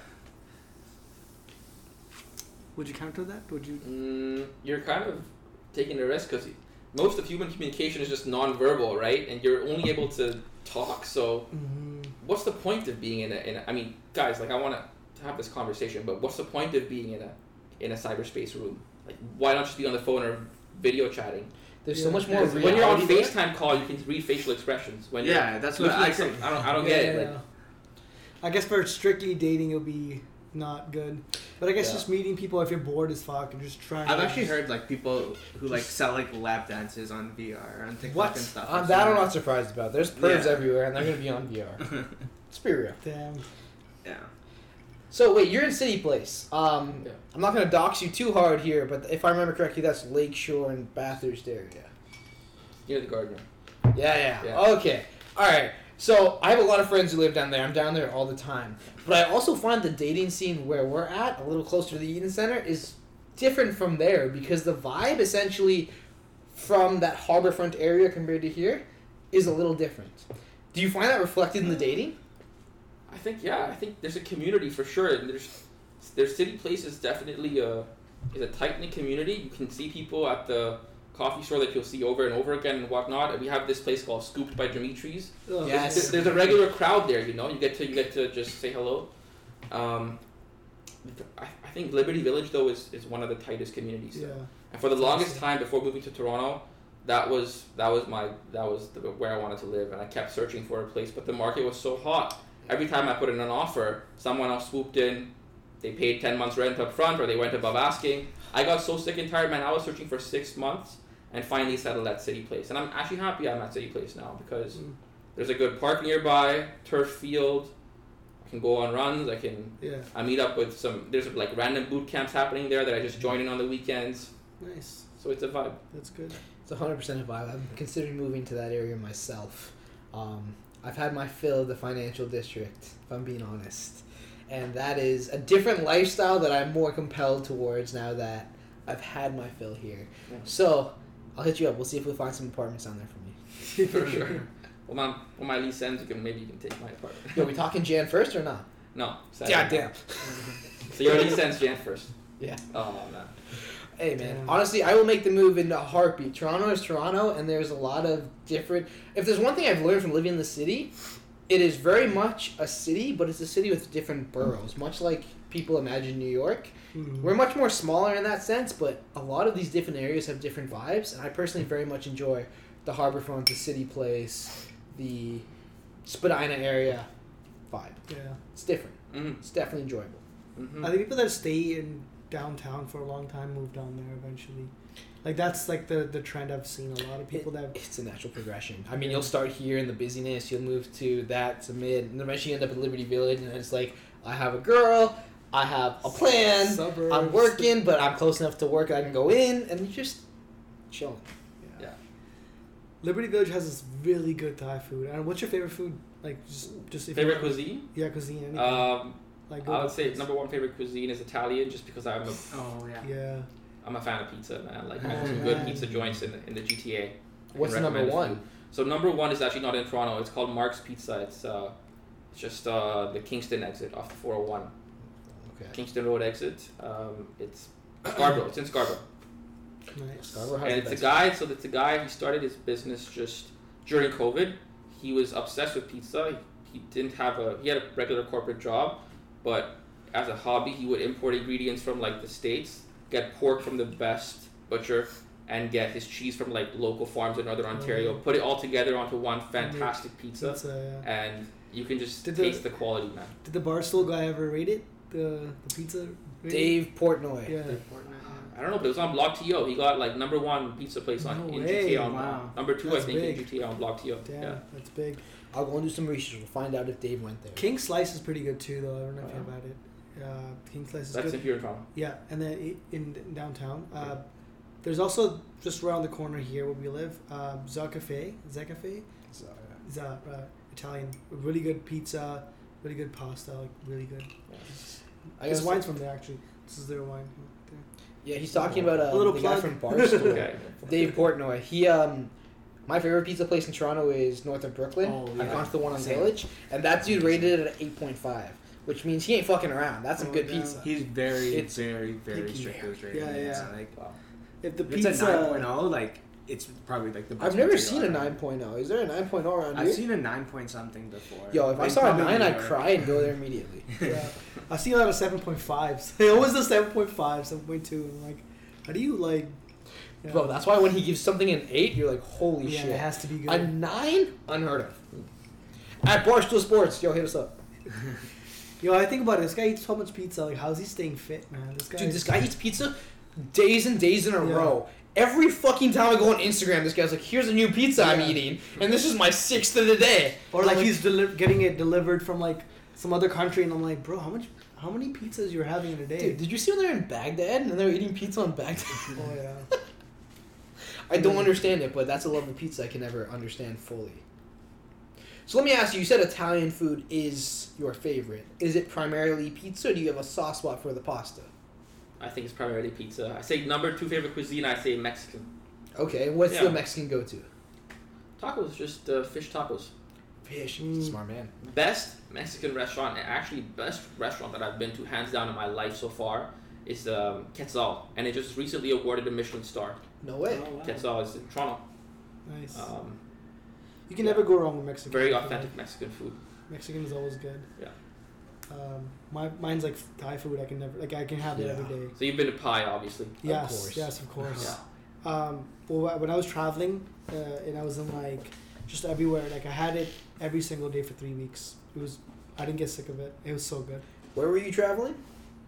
S3: Would you counter that? Would you?
S5: Mm, you're kind of taking a risk because most of human communication is just nonverbal, right? And you're only able to talk. So
S3: Mhm.
S5: what's the point of being in a? In a I mean, guys, like I want to have this conversation, but what's the point of being in a in a cyberspace room? Like, why not just be on the phone or video chatting?
S4: There's
S3: Yeah.
S4: so much more.
S2: Oh,
S5: Because when you're on
S4: reality there.
S5: FaceTime call, you can read facial expressions. When you're
S2: yeah, that's what I
S5: looking
S2: think.
S5: at some- I don't, I don't get it.
S3: Yeah,
S5: Like,
S3: yeah. I guess for strictly dating, it'll be not good. But I guess
S5: Yeah.
S3: just meeting people if you're bored as fuck and just trying.
S2: I've
S3: to-
S2: actually heard like people who like sell like lap dances on VR on TikTok
S3: What?
S2: and stuff.
S4: Uh, that I'm not surprised about. There's pervs
S2: Yeah.
S4: everywhere, and they're going to be on VR. Let's be real.
S3: Damn.
S2: yeah.
S4: So wait, you're in City Place. Um,
S5: Yeah.
S4: I'm not gonna dox you too hard here, but if I remember correctly, that's Lakeshore and Bathurst area.
S5: You're the gardener.
S4: Yeah, yeah.
S5: Yeah.
S4: Okay. All right. So I have a lot of friends who live down there. I'm down there all the time. But I also find the dating scene where we're at, a little closer to the Eden Center, is different from there because the vibe essentially from that harborfront area compared to here is a little different. Do you find that reflected in the dating?
S5: I think yeah, I think there's a community for sure. And there's there's city place is definitely a is a tight knit community. You can see people at the coffee store that you'll see over and over again and whatnot. And we have this place called Scooped by Dimitri's.
S3: Ugh.
S4: Yeah.
S5: There's, there's a regular crowd there, you know. You get to you get to just say hello. Um, I, I think Liberty Village though is, is one of the tightest communities.
S3: Yeah.
S5: And for the longest time before moving to Toronto, that was that was my that was the, where I wanted to live, and I kept searching for a place. But the market was so hot. Every time I put in an offer, someone else swooped in. They paid ten months rent up front, or they went above asking. I got so sick and tired, man. I was searching for six months, and finally settled at City Place. And I'm actually happy I'm at City Place now because
S3: Mm.
S5: there's a good park nearby, turf field. I can go on runs. I can
S3: Yeah.
S5: I meet up with some. There's like random boot camps happening there that I just join in on the weekends.
S3: Nice.
S5: So it's a vibe.
S3: That's good.
S4: It's 100% a vibe. I'm considering moving to that area myself. Um, I've had my fill of the financial district, if I'm being honest. And that is a different lifestyle that I'm more compelled towards now that I've had my fill here.
S5: Yeah.
S4: So I'll hit you up. We'll see if we find some apartments down there for me.
S5: for sure. When my when my lease ends, you can maybe you can take my part.
S4: Yo, we talking Jan first or not?
S5: No. Saturday.
S4: Goddamn.
S5: So your lease ends Jan first.
S4: Yeah.
S5: Oh man.
S4: Hey man,
S3: Damn.
S4: honestly, I will make the move in a heartbeat. Toronto is Toronto, and there's a lot of different. If there's one thing I've learned from living in the city, it is very much a city, but it's a city with different boroughs. Much like people imagine New York,
S3: Mhm.
S4: we're much more smaller in that sense. But a lot of these different areas have different vibes, and I personally very much enjoy the Harborfront, the City Place, the Spadina area vibe.
S3: Yeah.
S4: It's different.
S5: Mm.
S4: It's definitely enjoyable.
S5: Mm-hmm.
S3: I think people that stay in downtown for a long time move down there eventually. Like that's like the the trend I've seen. A lot of people that
S4: it's a natural progression. I mean, you'll start here in the busyness, you'll move to that, to mid, and eventually you end up in Liberty Village, and it's like, I have a girl, I have a plan,
S3: Suburbs.
S4: I'm working, but I'm close enough to work, I can go in, and you just chilling.
S3: Liberty Village has this really good Thai food. And what's your favorite food? Like just just if you-
S5: Favorite cuisine?
S3: Yeah, cuisine. Anything.
S5: Um,
S3: like
S5: I would say number one favorite cuisine is Italian, just because I'm a
S2: Oh yeah.
S3: Yeah.
S5: I'm a fan of pizza, man. Like I
S4: Oh,
S5: have some good
S3: man.
S5: pizza joints in the, in the GTA. I
S4: What's
S5: can
S4: number
S5: recommend a
S4: one?
S5: few. So number one is actually not in Toronto. It's called Mark's Pizza. It's uh, it's just uh, the Kingston exit off the 401.
S4: Okay.
S5: Kingston Road exit. Um, it's Scarborough. It's in Scarborough.
S3: Nice.
S4: Scarborough has
S5: and
S4: the best.
S5: it's a guy. So it's a guy. He started his business just during COVID. He was obsessed with pizza. He, he didn't have a. He had a regular corporate job, but as a hobby, he would import ingredients from like the states, get pork from the best butcher, and get his cheese from like local farms in northern Ontario. Put it all together onto one fantastic pizza,
S3: Mm-hmm. That's, uh, yeah.
S5: and you can just
S3: Did the-
S5: taste the quality, man.
S3: Did the Barstool guy ever rate it? The, the pizza? rating?
S4: Dave Portnoy.
S3: Yeah.
S5: I don't know, but it was on Block TO. He got like number one pizza place on
S3: No
S5: in
S3: way,
S5: GTA on
S2: Oh, wow.
S5: number two,
S3: That's
S5: I think, in
S3: big.
S5: GTA on Block TO.
S3: Damn,
S5: Yeah.
S3: that's big.
S4: I'll go and do some research. We'll find out if Dave went there.
S3: King Slice is pretty good too, though. I don't know if you
S5: Oh,
S3: have had it. Uh, King Slice is
S5: That's
S3: good.
S5: if you're in Toronto.
S3: Yeah, and then i- in, in downtown, uh, there's also just around the corner here where we live, uh, Za Cafe. Za Cafe.
S4: So, yeah.
S3: Za uh, Italian. Really good pizza. Really good pasta. Like really good.
S4: I
S3: His
S4: guess-
S3: wine's from there actually. This is their wine. There.
S4: Yeah, he's talking about uh,
S3: A little
S4: the
S3: plug.
S4: guy from Barstool.
S5: Okay.
S4: Dave Portnoy. He um, my favorite pizza place in Toronto is North of Brooklyn.
S2: Oh,
S4: I've
S2: yeah.
S4: gone to the one on
S2: Same.
S4: Village, and that dude rated it at eight point five, which means he ain't fucking around. That's some
S3: Oh,
S4: good
S3: yeah.
S4: pizza.
S2: He's very,
S4: It's
S2: very, very
S4: picky.
S2: strict with
S3: Yeah,
S2: ratings.
S3: yeah.
S2: Like,
S3: If the
S2: if
S3: pizza.
S2: it's a 9.0, like, it's probably like the best
S4: I've never
S2: material
S4: seen a
S2: I've
S4: nine oh. Is there a nine around
S2: I've
S4: here?
S2: seen a 9 point something before.
S4: Yo, if I
S2: Like,
S4: saw a
S2: probably
S4: nine,
S2: New
S4: I'd
S2: York.
S4: cry and go there immediately.
S3: yeah. I see a lot of 7.5s. it was the 7.5, 7.2. I'm like, how do you like. yeah.
S4: Bro, that's why when he gives something an eight, you're like, holy
S3: yeah, it
S4: shit.
S3: has to be good.
S4: A nine? Unheard of. At Barstool Sports, yo, hit us up.
S3: Yo, I think about it. This guy eats so much pizza. Like, how's he staying fit, man? This guy.
S4: Dude, this guy eats pizza days and days in a
S3: Yeah.
S4: row. Every fucking time I go on Instagram, this guy's like, "Here's a new pizza I'm
S3: Yeah.
S4: eating, and this is my sixth of the day."
S3: Or
S4: I'm
S3: like he's deli- getting it delivered from like some other country, and I'm like, bro, how much, how many pizzas you're having in a day?
S4: dude, did you see when they were in Baghdad and they were eating pizza in Baghdad?
S3: Oh yeah.
S4: I don't understand it, but that's a love of pizza I can never understand fully. So let me ask you: You said Italian food is your favorite. Is it primarily pizza? Or do you have a soft spot for the pasta?
S5: I think it's primarily pizza. I say number two favorite cuisine, I say Mexican.
S4: Okay, what's
S5: Yeah.
S4: the Mexican go-to?
S5: Tacos, just uh, fish tacos.
S4: Fish.
S3: Mm.
S4: Smart man.
S5: Best Mexican restaurant, and actually best restaurant that I've been to hands down in my life so far is um, Quetzal, and it just recently awarded a Michelin star.
S4: No way.
S2: Oh, wow.
S5: Quetzal is in Toronto.
S3: Nice.
S4: Uh,
S5: Um,
S3: you can never go wrong with Mexican.
S5: very
S3: food.
S5: authentic Mexican food.
S3: Mexican is always good.
S5: Yeah.
S3: Um, my mine's like Thai food. I can never like I can have it
S4: Yeah.
S3: every day.
S5: So you've been to Pai, obviously. Uh,
S3: yes,
S4: course.
S3: yes, of course.
S5: Yeah.
S3: Um, well, wh- when I was traveling, uh, and I was in like just everywhere, like I had it every single day for three weeks. It was I didn't get sick of it. It was so good.
S4: Where were you traveling?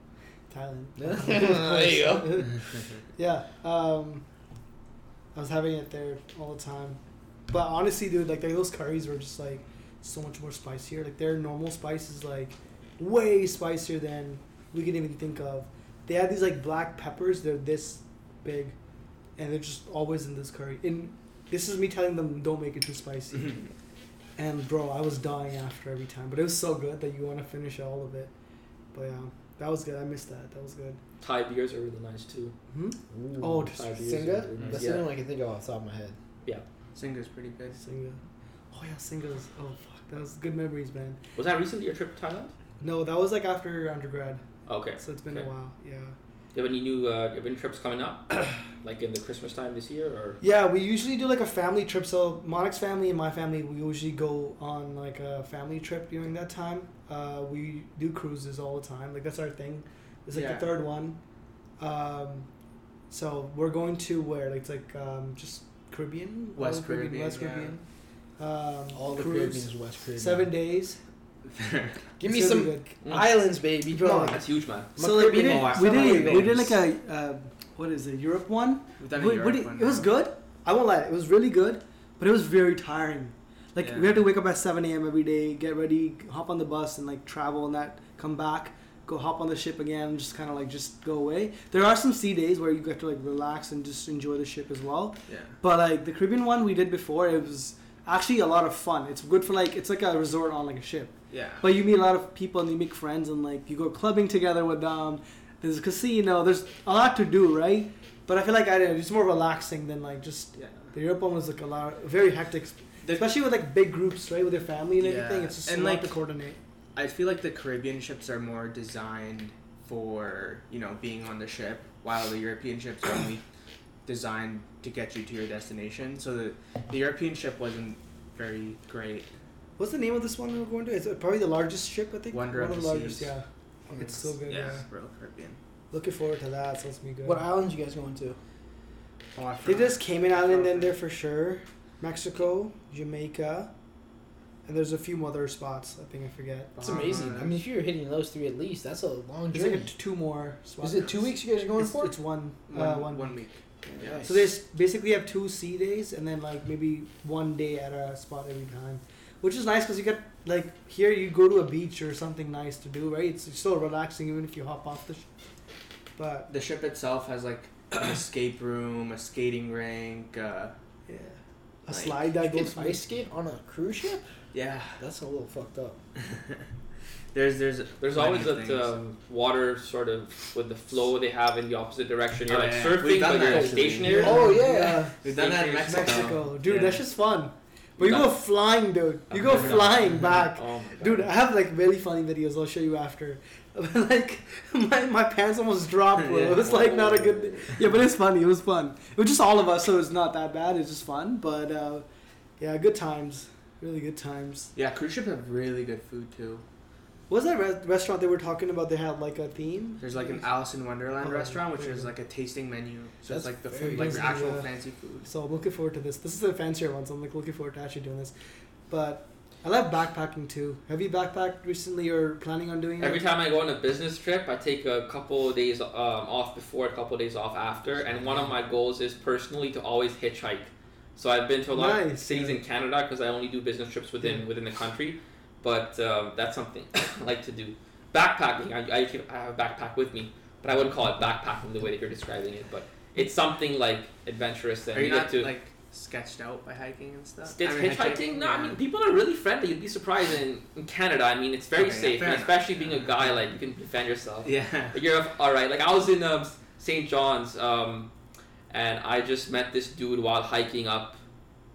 S3: Thailand.
S4: there you go.
S3: yeah. Um, I was having it there all the time, but honestly, dude, like those curries were just like so much more spicier. Like their normal spice is like way spicier than we can even think of. They have these like black peppers. They're this big, and they're just always in this curry. And this is me telling them don't make it too spicy. and bro, I was dying after every time, but it was so good that you want to finish all of it. But yeah, that was good. I missed that. That was good.
S5: Thai beers are really nice too.
S3: Hmm?
S4: Ooh.
S3: Oh, just
S5: Thai beers
S4: Singa?
S5: are really
S2: Mm,
S5: nice.
S4: That's
S5: Yeah.
S4: the only one I can think of off the top of my head.
S2: Singer's pretty good.
S3: Singa. Oh yeah, Singa's. Oh fuck, that was good memories, man.
S5: Was that recently your trip to Thailand?
S3: No, that was like after undergrad,
S5: Okay.
S3: so it's been
S5: Okay.
S3: a while. Yeah.
S5: Do you have any new uh, do you have any trips coming up? like in the Christmas time this year or
S3: Yeah, we usually do like a family trip. So Monic's family and my family, we usually go on like a family trip during that time. Uh, we do cruises all the time. Like that's our thing. It's like
S2: Yeah.
S3: the third one. Um, so we're going to where? Like, it's like um, just Caribbean.
S2: West
S3: All
S2: Caribbean,
S3: West
S2: yeah.
S3: Caribbean. Um,
S4: All the
S3: cruise,
S4: Caribbean is West Caribbean.
S3: Seven days.
S4: Give
S3: It's
S4: me
S3: gonna be
S4: some
S3: good.
S5: Mm.
S4: islands, baby. Come
S3: No,
S4: on.
S5: That's huge, man.
S4: I'm a
S3: So like we
S4: Caribbean
S3: did,
S2: boy.
S3: we
S2: I'm a
S3: did, we
S2: Caribbean.
S3: did like a uh, what is it Europe one?
S2: We've done a
S3: What,
S2: Europe
S3: what did-
S2: one
S3: it was
S2: now.
S3: good. I won't lie, it was really good, but it was very tiring. Like
S2: Yeah.
S3: we had to wake up at seven a.m. every day, get ready, hop on the bus, and like travel and that. Come back, go hop on the ship again, and just kind of like just go away. There are some sea days where you get to like relax and just enjoy the ship as well.
S2: Yeah.
S3: But like the Caribbean one we did before, it was actually a lot of fun. It's good for like it's like a resort on like a ship.
S2: Yeah.
S3: But you meet a lot of people and you make friends and like you go clubbing together with them. There's a casino. There's a lot to do, right? But I feel like I don't know, it's more relaxing than like just
S2: yeah.
S3: the Europe one was like a lot very hectic, especially with like big groups, right? With your family and
S2: Yeah.
S3: everything. It's just
S2: And,
S3: a lot
S2: like-
S3: to coordinate.
S2: I feel like the Caribbean ships are more designed for you know being on the ship, while the European ships are only designed to get you to your destination. So the, the European ship wasn't very great.
S3: What's the name of this one we were going to? It's probably the largest ship, I think.
S2: Wonder of
S3: one of
S2: the
S3: the largest,
S2: Seas.
S3: yeah. Oh, It's so good.
S2: Yeah,
S3: Yeah.
S2: Royal Caribbean.
S3: Looking forward to that. It's supposed to be good.
S4: What islands you guys going to?
S2: Oh, I
S3: They
S2: forgot.
S3: just Cayman Island in there for sure. Mexico, Jamaica, and there's a few other spots. I think I forget.
S4: It's amazing. I mean, if you're hitting those three at least, that's a long
S3: There's like
S4: journey.
S3: a t- two more spots.
S4: Is it two weeks you guys are going
S3: it's,
S4: for?
S3: It's one.
S2: one,
S3: uh, one.
S2: one week. Yeah.
S3: So there's basically have two sea days and then like maybe one day at a spot every time, which is nice because you get like here you go to a beach or something nice to do, right? It's, it's so relaxing even if you hop off the. Sh- but
S2: The ship itself has like an escape room, a skating rink. Uh,
S3: yeah, a
S2: Like,
S3: slide that
S4: You
S3: goes.
S4: can ice skate on a cruise ship?
S2: yeah.
S4: That's a little fucked up.
S2: There's there's
S5: There's
S2: plenty
S5: always
S2: of
S5: that
S2: things.
S5: um, water sort of with the flow they have in the opposite direction. You're
S2: Oh,
S5: like
S2: yeah. We've
S5: surfing,
S2: done
S5: but
S2: that
S5: you're
S2: actually.
S5: stationary.
S2: Yeah.
S4: Oh, yeah.
S2: We've done that in
S5: Mexico.
S2: Mexico.
S3: Mexico, dude,
S2: Yeah.
S3: that's just fun. But you
S5: That-
S3: go flying, dude. You
S2: I've
S3: go
S2: never done
S3: flying
S2: that.
S3: back.
S5: Oh my God.
S3: Dude, I have like really funny videos. I'll show you after. like my, my pants almost dropped. Bro.
S2: Yeah.
S3: It was like not a good. Yeah, but it's funny. It was fun. It was just all of us, so it's not that bad. It's just fun. But uh, yeah, good times. Really good times.
S2: Yeah, cruise ships have really good food too.
S3: What was that re- restaurant they were talking about? They had like a theme.
S2: There's like an Alice in Wonderland
S3: Oh,
S2: restaurant, which
S3: very
S2: is
S3: good.
S2: like a tasting menu. So
S4: That's
S2: it's like the
S4: very
S2: food, like
S3: good.
S2: actual
S3: Yeah.
S2: fancy food.
S3: So I'm looking forward to this. This is a fancier one, so I'm like looking forward to actually doing this. But I love backpacking too. Have you backpacked recently or planning on doing
S5: Every
S3: it?
S5: time I go on a business trip, I take a couple of days um, off before, a couple of days off after, and one of my goals is personally to always hitchhike. So I've been to a lot of
S3: Nice,
S5: cities
S3: yeah.
S5: in Canada because I only do business trips within within the country, but um, that's something I like to do. Backpacking, I, I, keep- I have a backpack with me, but I wouldn't call it backpacking the way that you're describing it. But it's something like adventurous and
S2: Are you
S5: get
S2: not
S5: to.
S2: like sketched out by hiking and stuff?
S5: It's
S2: I mean,
S5: hitchhiking? No, I
S2: yeah.
S5: mean people are really friendly. You'd be surprised in, in Canada. I mean, it's very
S2: Okay, yeah,
S5: safe,
S2: fair
S5: and
S2: enough.
S5: especially being a
S2: Yeah.
S5: guy, like you can defend yourself.
S2: Yeah.
S5: Like, you're all right. Like I was in um, St. John's, um, and I just met this dude while hiking up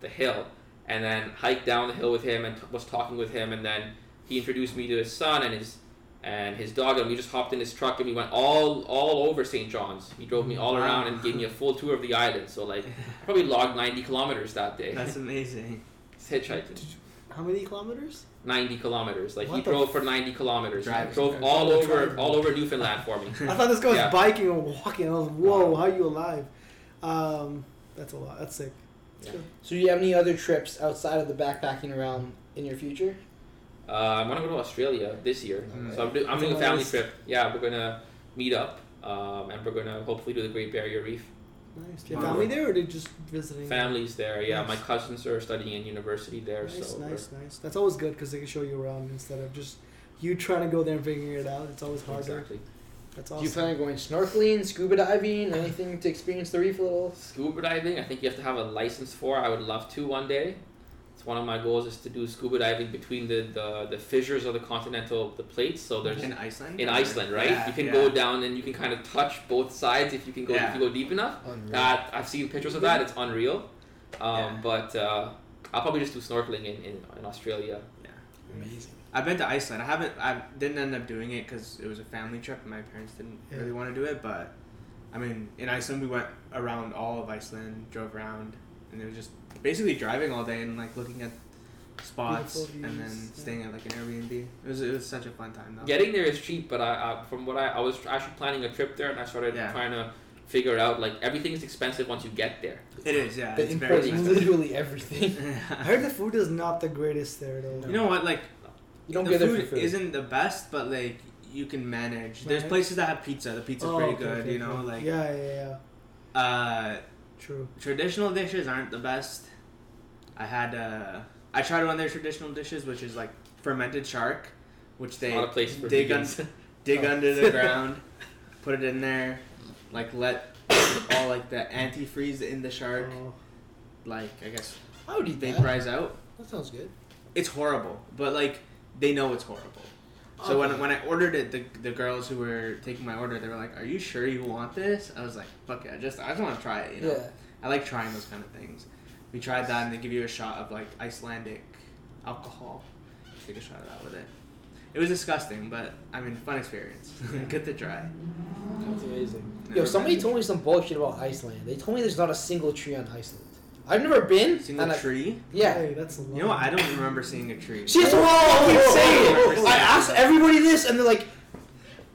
S5: the hill, and then hiked down the hill with him and t- was talking with him, and then he introduced me to his son and his and his dog, and we just hopped in his truck and we went all all over St. John's. He drove me all
S2: Wow.
S5: around and gave me a full tour of the island. So like probably logged ninety kilometers that day.
S2: That's amazing.
S5: It's hitchhiking.
S3: How many kilometers?
S5: 90 kilometers. Like he
S3: What the
S5: drove for 90 kilometers.
S2: Driving.
S5: He drove
S2: Okay.
S5: all
S3: Oh,
S5: over
S3: driving.
S5: all over Newfoundland for me.
S3: I thought this guy was
S5: Yeah.
S3: biking or walking. I was whoa, how are you alive? Um, that's a lot. That's sick.
S4: So, do you have any other trips outside of the backpacking realm in your future?
S5: Uh, I'm gonna go to Australia this year.
S2: Mm.
S5: So I'm, do, I'm
S3: That's
S5: doing a
S3: on my
S5: family
S3: list.
S5: trip. Yeah, we're gonna meet up, um, and we're gonna hopefully do the Great Barrier Reef.
S3: Nice. Do you have
S2: Wow.
S3: family there or did you just visiting?
S5: Families there. Yeah,
S3: Nice.
S5: my cousins are studying in university there.
S3: Nice,
S5: so
S3: nice, nice. That's always good because they can show you around instead of just you trying to go there and figuring it out. It's always
S5: we're-
S3: harder.
S5: exactly.
S3: That's
S4: Do you
S3: awesome.
S4: plan on going snorkeling, scuba diving, anything to experience the reef a little?
S5: Scuba diving. I think you have to have a license for. I would love to one day. It's one of my goals is to do scuba diving between the, the, the fissures of the continental the plates. So there's
S2: In Iceland?
S5: in Iceland, right?
S2: Yeah,
S5: you can
S2: yeah.
S5: go down and you can kind of touch both sides if you can go
S2: Yeah.
S5: if you go deep enough.
S4: Unreal.
S2: Ah,
S5: That I've seen pictures of that. It's unreal. Um,
S2: Yeah.
S5: But uh, I'll probably just do snorkeling in, in, in Australia.
S4: Amazing.
S2: I've been to Iceland. I haven't. I didn't end up doing it because it was a family trip and my parents didn't
S3: Yeah.
S2: really want to do it. But I mean, in Iceland, we went around all of Iceland, drove around, and it was just basically driving all day and like looking at spots
S3: Beautiful
S2: and
S3: views,
S2: then
S3: yeah.
S2: staying at like an Airbnb. It was it was such a fun time though.
S5: Getting there is cheap, but I, I from what I, I was actually planning a trip there, and I started
S2: Yeah.
S5: trying to figure out like everything is expensive once you get there.
S2: It is, yeah.
S4: They
S2: it's very
S4: import
S5: expensive.
S4: literally everything.
S3: I
S2: expensive.
S3: heard the food is not the greatest there though.
S2: you know what? Like
S4: You don't
S2: the
S4: get there
S2: food
S4: for free.
S2: isn't the best, but like you can manage. There's
S3: Manage?
S2: places that have pizza. The pizza's
S3: Oh,
S2: pretty
S3: okay,
S2: good.
S3: okay,
S2: you know,
S3: okay.
S2: like
S3: yeah, yeah, yeah.
S2: uh.
S3: True.
S2: traditional dishes aren't the best. I had uh, I tried one of their traditional dishes, which is like fermented shark, which they
S5: a lot of places for
S2: dig un-
S5: vegans.
S2: dig
S3: Oh.
S2: under the ground, put it in there, like let all like the antifreeze in the shark,
S3: Oh.
S2: like I guess
S4: I would eat that.
S2: vaporize out.
S4: That sounds good.
S2: It's horrible, but like they know it's horrible. So when, when I ordered it, the, the girls who were taking my order, they were like, "Are you sure you want this?" I was like, "Fuck it, I just I just want to try it." You know?
S4: Yeah.
S2: I like trying those kind of things. We tried that, and they give you a shot of like Icelandic alcohol. Take a shot of that with it. It was disgusting, but I mean, fun experience. Good to try.
S4: That's amazing. Yo,
S2: Never
S4: somebody
S2: been.
S4: told me some bullshit about Iceland. They told me there's not a single tree on Iceland. I've never been.
S2: single
S4: and I-
S2: tree.
S4: yeah.
S3: Hey, that's a lot.
S2: You know, what? I don't remember seeing a tree.
S4: She's the one fucking saying it. I asked everybody this, and they're like,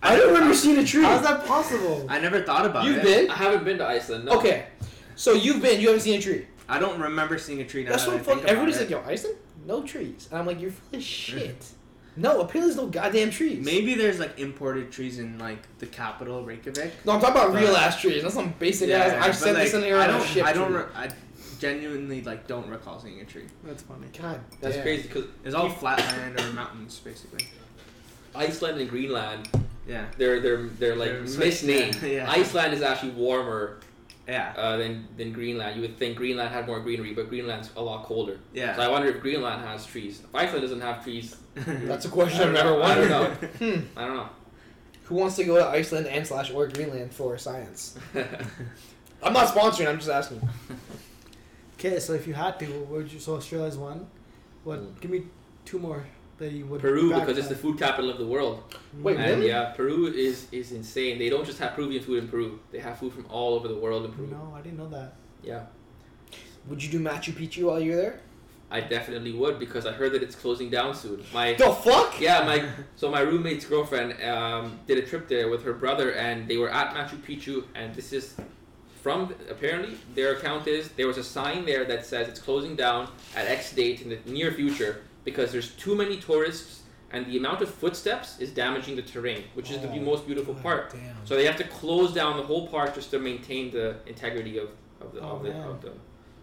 S4: I don't remember seeing a tree.
S3: How's that possible?
S2: I never thought about
S4: You've
S2: it.
S4: been?
S5: I haven't been to Iceland. No.
S4: Okay, so you've been, you haven't seen a tree.
S2: I don't remember seeing a tree. Now
S4: That's
S2: that I
S4: what
S2: think
S4: fuck.
S2: about
S4: Everybody's
S2: it.
S4: like, yo, Iceland, no trees, and I'm like, you're full of shit. no, apparently there's no goddamn trees.
S2: Maybe there's like imported trees in like the capital, Reykjavik.
S4: No, I'm talking about
S2: But-
S4: real ass trees. That's some basic ass.
S2: but,
S4: I've said this in
S2: like,
S4: the air.
S2: I don't.
S4: shit
S2: I don't.
S4: tree.
S2: Re- I genuinely like don't recall seeing a tree.
S3: That's funny.
S4: God,
S5: That's
S4: damn.
S5: crazy because
S2: It's all flatland or mountains, basically.
S5: Iceland and Greenland,
S2: Yeah.
S5: they're they're they're like
S2: They're mis-
S5: misnamed.
S2: yeah, yeah.
S5: Iceland is actually warmer
S2: Yeah.
S5: uh, than than Greenland. You would think Greenland had more greenery, but Greenland's a lot colder. So
S2: Yeah.
S5: I wonder if Greenland has trees. If Iceland doesn't have trees,
S4: That's a question
S5: I
S4: I've
S5: don't
S4: never
S5: know. I don't
S4: wondered.
S5: know.
S4: Hmm.
S5: I don't know.
S4: Who wants to go to Iceland and slash or Greenland for science?
S5: I
S4: I'm not sponsoring. I'm just asking.
S3: Okay, so if you had to, what would you? So Australia's one. What?
S5: Mm.
S3: Give me two more that Mm. you would.
S5: Peru
S3: back
S5: because it's the
S3: then.
S5: food capital of the world.
S4: Wait,
S5: and
S4: really?
S5: yeah, Peru is is insane. They don't just have Peruvian food in Peru. They have food from all over the world in Peru.
S3: No, I didn't know that.
S5: Yeah.
S4: Would you do Machu Picchu while you're there?
S5: I definitely would because I heard that it's closing down soon. My
S4: The fuck?
S5: yeah, my so my roommate's girlfriend um, did a trip there with her brother, and they were at Machu Picchu, and this is from apparently their account is there was a sign there that says it's closing down at X date in the near future because there's too many tourists and the amount of footsteps is damaging the terrain, which is the
S4: Oh,
S5: most beautiful
S4: God
S5: part.
S4: Damn.
S5: So they have to close down the whole park just to maintain the integrity of, of the
S3: Oh,
S5: of the,
S3: man.
S5: of the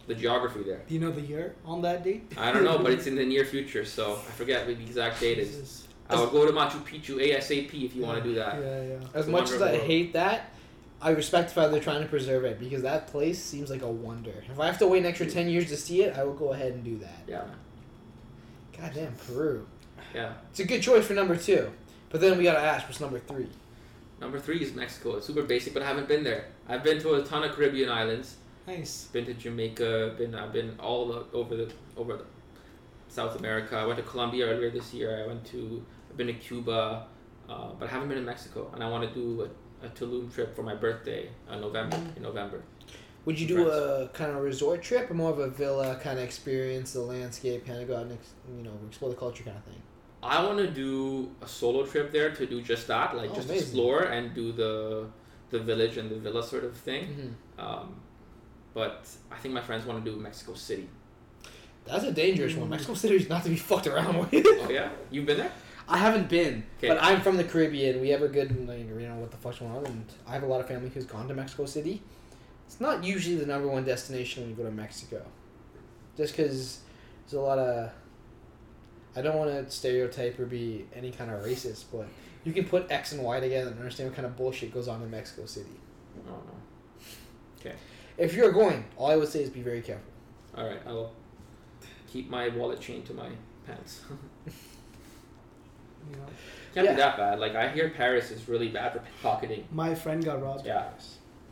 S5: the geography there.
S3: Do you know the year on that date?
S5: I don't know, but it's in the near future, so I forget what the exact date is.
S3: Jesus.
S5: I would go to Machu Picchu ASAP if you want to do that.
S3: Yeah, yeah.
S4: As
S5: The
S4: much as
S5: wonder of
S4: I
S5: the world.
S4: hate that, I respect the fact they're trying to preserve it because that place seems like a wonder. If I have to wait an extra ten years to see it, I will go ahead and do that.
S5: Yeah,
S4: Goddamn Peru.
S5: yeah.
S4: It's a good choice for number two, but then we gotta ask what's number three.
S5: Number three is Mexico. It's super basic, but I haven't been there. I've been to a ton of Caribbean islands.
S3: Nice.
S5: Been to Jamaica. Been I've been all the, over the over the South America. I went to Colombia earlier this year. I went to I've been to Cuba, uh, but I haven't been to Mexico, and I want to do a, a Tulum trip for my birthday in November.
S4: Mm.
S5: In November.
S4: Would you do a kind of resort trip or more of a villa kind of experience, the landscape, kind of go out and ex- you know explore the culture kind of thing?
S5: I want to do a solo trip there to do just that, like
S4: Oh,
S5: just
S4: amazing.
S5: explore and do the the village and the villa sort of thing.
S4: Mm-hmm.
S5: Um, but I think my friends want to do Mexico City.
S4: That's a dangerous one. Mexico City is not to be fucked around with.
S5: Oh yeah, you've been there?
S4: I haven't been,
S5: Okay.
S4: but I'm from the Caribbean. We have a good, like, you know, what the fuck's going on, and I have a lot of family who's gone to Mexico City. It's not usually the number one destination when you go to Mexico, just because there's a lot of. I don't want to stereotype or be any kind of racist, but you can put X and Y together and understand what kind of bullshit goes on in Mexico City.
S5: I don't know.
S4: If you're going, all I would say is be very careful.
S5: All right, I'll keep my wallet chained to my pants.
S3: You know,
S5: Can't
S4: Yeah.
S5: be that bad. Like I hear Paris is really bad for pickpocketing.
S3: my friend got robbed
S5: Yeah,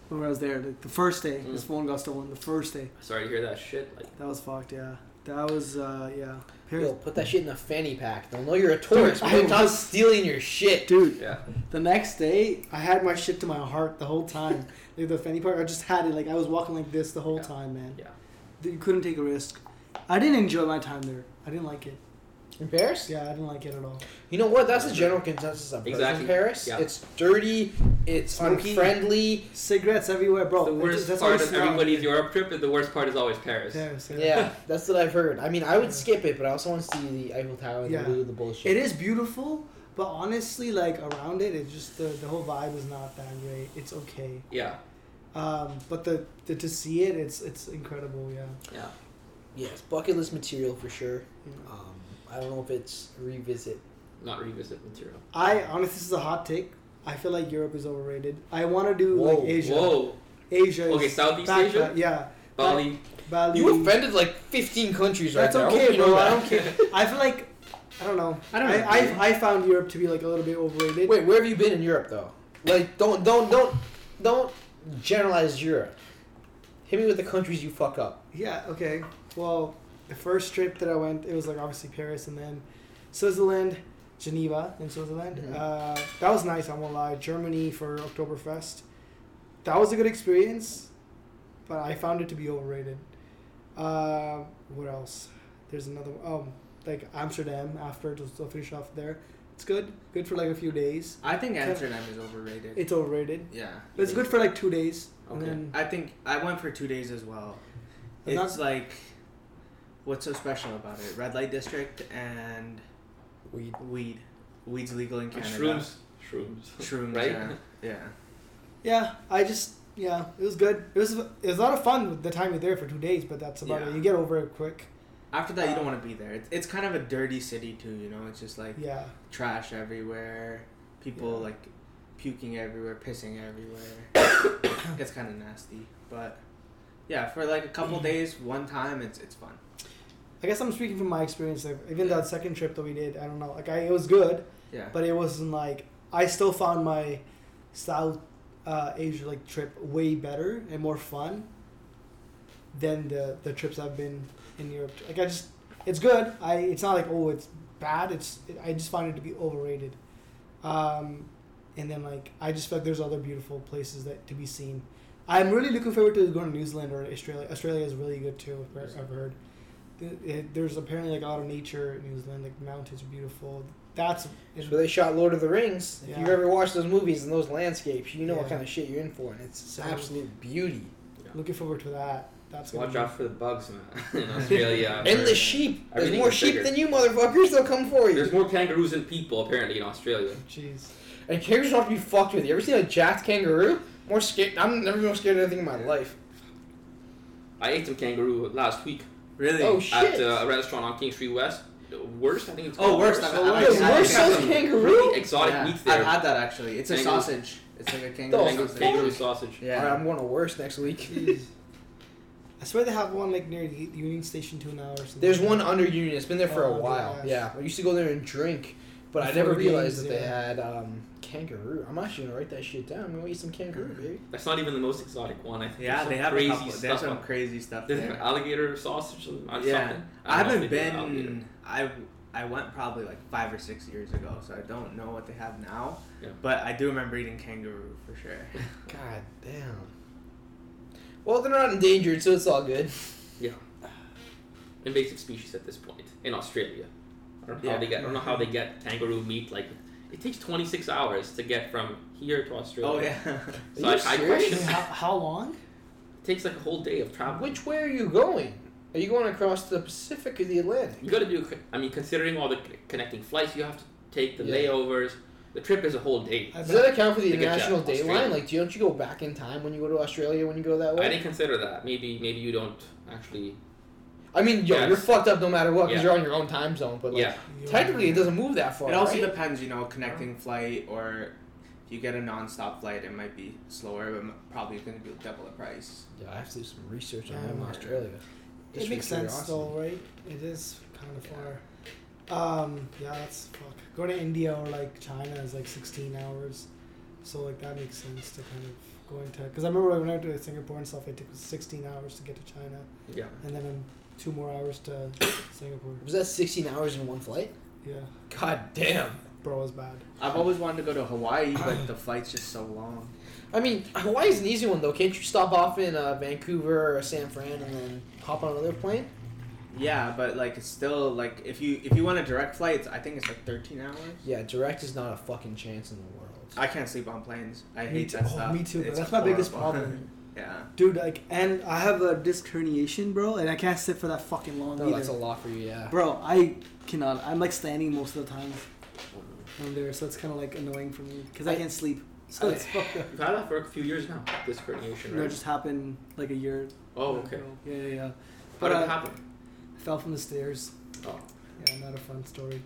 S3: when I was there. Like, the first day, his
S5: Mm.
S3: phone got stolen. The first day,
S5: sorry to hear that shit. Like
S3: that was fucked. Yeah, that was uh, yeah. Paris-
S4: Yo, put that shit in a fanny pack. They'll know you're a tourist, but
S3: I
S4: they're not stealing your shit.
S3: Dude,
S5: yeah,
S3: the next day, I had my shit to my heart the whole time. like the fanny part, I just had it. Like I was walking like this the whole
S5: Yeah.
S3: time, man.
S5: Yeah.
S3: You couldn't take a risk. I didn't enjoy my time there. I didn't like it.
S4: In Paris?
S3: Yeah, I didn't like it at all.
S4: You know what? That's the general consensus of
S5: Exactly.
S4: in Paris.
S5: Yeah.
S4: It's dirty. It's
S3: Smoky.
S4: unfriendly.
S3: Cigarettes everywhere, bro.
S5: the
S3: That's-
S5: worst
S3: that's
S5: part
S3: always
S5: of
S3: smell.
S5: everybody's Europe trip, and the worst part is always Paris.
S3: Paris, yeah.
S4: Yeah, that's what I've heard. I mean, I would skip it, but I also want to see the Eiffel Tower and
S3: Yeah.
S4: the Louvre, the
S3: It
S4: bullshit.
S3: is beautiful, but honestly, like around it, it's just the, the whole vibe is not that great. It's okay,
S5: Yeah,
S3: um, but the, the to see it, it's it's incredible. Yeah,
S5: yeah.
S4: Yes, bucket list material for sure.
S3: Yeah.
S4: Um, I don't know if it's revisit.
S5: Not revisit material.
S3: I honestly, this is a hot take. I feel like Europe is overrated. I want to do
S4: Whoa,
S3: like Asia.
S5: Whoa.
S3: Asia. Is
S5: Okay, Southeast
S3: back-
S5: Asia,
S3: Yeah,
S5: Bali.
S3: Bali.
S4: You offended like 15 countries
S3: That's
S4: right now.
S3: okay,
S4: I hope you know
S3: bro. I
S4: that.
S3: don't care. I feel like I don't know.
S2: I don't
S3: I,
S2: know.
S3: I, I found Europe to be like a little bit overrated.
S4: Wait, where have you been in Europe though? Like, don't, don't, don't, don't generalize Europe. Hit me with the countries you fuck up.
S3: Yeah, okay. Well, the first trip that I went, it was like obviously Paris and then Switzerland, Geneva in Switzerland.
S2: Mm-hmm.
S4: Mhm.
S3: Uh, that was nice, I won't lie. Germany for Oktoberfest. That was a good experience, but I found it to be overrated. Uh, what else? There's another one. Um, like Amsterdam after to, to finish off there. It's good. Good for like a few days.
S2: I think Amsterdam is overrated.
S3: It's overrated.
S2: yeah.
S3: But it's good for like two days. And
S2: Okay.
S3: then
S2: I think I went for two days as well.
S3: I'm not-
S2: It's like, what's so special about it? Red light district and
S4: Weed.
S2: weed. Weed's legal in Canada.
S5: Shrooms. Shrooms.
S2: Shrooms.
S5: Right?
S2: Yeah. yeah.
S3: yeah, I just yeah, it was good. It was it was a lot of fun with the time you're there for two days, but that's about it.
S2: Yeah.
S3: You get over it quick.
S2: After that, you don't want to be there. It's, it's kind of a dirty city too. You know, it's just like
S3: Yeah.
S2: trash everywhere, people
S3: Yeah.
S2: like puking everywhere, pissing everywhere. it's kind of nasty, but yeah, for like a couple days, one time, it's it's fun.
S3: I guess I'm speaking from my experience. Like, even that second trip that we did, I don't know. Like I, it was good,
S2: Yeah.
S3: but it wasn't like I still found my South uh, Asia like trip way better and more fun than the the trips I've been in Europe. to. Like I just, it's good. I it's not like oh it's bad. It's it, I just find it to be overrated. Um, and then like I just feel like there's other beautiful places that to be seen. I'm really looking forward to going to New Zealand or Australia. Australia is really good too. I've heard- I've heard. Th- it- There's apparently like a lot of nature in New Zealand. Like mountains are beautiful. That's
S4: It's where they shot Lord of the Rings. If you've
S3: Yeah.
S4: ever watched those movies and those landscapes, you know
S3: Yeah.
S4: what kind of shit you're in for, and it's
S3: So-
S4: absolute beauty.
S3: Looking forward to that. That's gonna
S5: Watch
S3: be,
S5: out for the bugs, man. In Australia. I've
S4: And
S5: heard.
S4: the sheep. There's
S5: Everything
S4: more
S5: is
S4: sheep
S5: bigger.
S4: than you, motherfuckers. They'll come for you.
S5: There's more kangaroos than people apparently in Australia.
S3: Jeez.
S4: And kangaroos don't have to be fucked with. You ever seen a jacked kangaroo? More scared. I'm never more scared of anything in my life.
S5: I ate some kangaroo last week
S2: really.
S4: Oh shit.
S5: at uh, a restaurant on King Street West. Worst, I think it's
S2: Oh,
S5: called
S2: Worst.
S5: Worst.
S2: I've- I've
S5: I
S4: The
S5: like-
S2: actually
S5: I
S2: had
S4: worst
S5: like
S4: of
S5: some
S4: kangaroo.
S5: really exotic
S2: Yeah,
S5: meats there.
S2: I've had that actually. It's a
S5: Kangaroo.
S2: sausage. It's like a kangaroo
S4: Oh,
S5: Kangaroo,
S2: sausage.
S5: kangaroo sausage.
S4: All right,
S2: Yeah.
S4: I'm going to worst next week.
S3: Jeez. I swear they have one like near the Union Station two now or something.
S4: There's one under Union. It's been there for
S3: Oh,
S4: a
S3: under-
S4: while.
S3: yeah.
S4: Yeah. I used to go there and drink, but I
S3: Before
S4: never
S3: games,
S4: realized that they
S3: yeah.
S4: had um, kangaroo. I'm actually gonna write that shit down. I'm gonna eat some kangaroo, baby.
S5: That's not even the most exotic one. I think
S2: Yeah,
S5: there's
S2: they
S5: some
S2: have a
S5: crazy
S2: couple,
S5: stuff.
S2: They have some
S5: on-
S2: crazy stuff
S5: there's an
S2: there.
S5: alligator sausage or something.
S2: Yeah, I,
S5: I don't know
S2: haven't
S5: if they do alligator.
S2: been. I I went probably like five or six years ago, so I don't know what they have now.
S5: Yeah.
S2: But I do remember eating kangaroo for sure.
S4: God damn. Well, they're not endangered, so it's all good.
S5: invasive species at this point in Australia. I don't know
S2: Yeah.
S5: how they get. I don't know how they get kangaroo meat. Like it takes 26 hours to get from here to Australia.
S2: Oh yeah.
S5: So
S4: Are
S5: I,
S4: you
S5: I
S4: serious?
S5: question.
S3: how, how long?
S5: It takes like a whole day of travel.
S4: Which way are you going? Are you going across the Pacific or the Atlantic?
S5: You got to do. I mean, considering all the c- connecting flights you have to take, the
S4: Yeah.
S5: layovers, the trip is a whole day.
S3: I
S4: Does that
S3: bet,
S4: account for the
S5: Look at
S4: international
S5: Jack,
S4: date
S5: Australia.
S4: line? Like, do you, don't you go back in time when you go to Australia when you go that
S5: I
S4: way?
S5: didn't consider that. Maybe maybe you don't actually.
S4: I, mean, yo,
S5: Yes.
S4: you're fucked up no matter what because
S5: Yeah.
S4: you're on your own time zone. But like,
S5: yeah,
S4: technically, it doesn't move that far.
S2: it also
S4: right?
S2: depends, you know, connecting flight or if you get a non-stop flight, it might be slower, but m- probably going to be double the price.
S4: Yeah, I have to do some research on
S3: Yeah,
S4: home
S3: man.
S4: Australia. Just
S3: it
S4: for
S3: makes sense though,
S4: curiosity.
S3: right? It is kind of far. Um, yeah, that's fuck. Go to India or like China is like 16 hours, so like that makes sense to kind of go into. Because I remember when I went to Singapore and stuff, it took us 16 hours to get to China,
S5: yeah.
S3: and then um, two more hours to Singapore.
S4: Was that 16 hours in one flight?
S3: Yeah,
S4: God damn.
S3: bro, it was bad.
S2: I've always wanted to go to Hawaii, but the flight's just so long.
S4: I mean, Hawaii's an easy one though. Can't you stop off in uh, Vancouver or San Fran and then hop on another plane?
S2: Yeah, but like it's still like if you if you want a direct flight, it's, I think it's like 13 hours.
S4: Yeah, direct is not a fucking chance in the world.
S2: I can't sleep on planes. I
S3: me
S2: hate
S3: too.
S2: that
S3: oh,
S2: stuff.
S3: me too. Bro.
S2: It's
S3: That's my biggest
S2: horrible.
S3: problem,
S2: yeah.
S3: dude. Like, and I have a disc herniation, bro, and I can't sit for that fucking long
S4: no,
S3: either.
S4: that's a lot for you. Yeah.
S3: Bro, I cannot. I'm like standing most of the time I'm there, so it's kind of like annoying for me because I,
S4: I-
S3: can't sleep. So
S4: I-
S3: it's fucked up.
S5: You've had that for a few years now. This herniation,
S3: No,
S5: right?
S3: it just happened like a year.
S5: oh, okay.
S3: ago. Yeah, yeah, yeah.
S5: How
S3: But uh,
S5: did
S3: I
S5: it happen?
S3: fell from the stairs.
S5: Oh,
S3: Yeah, not a fun story.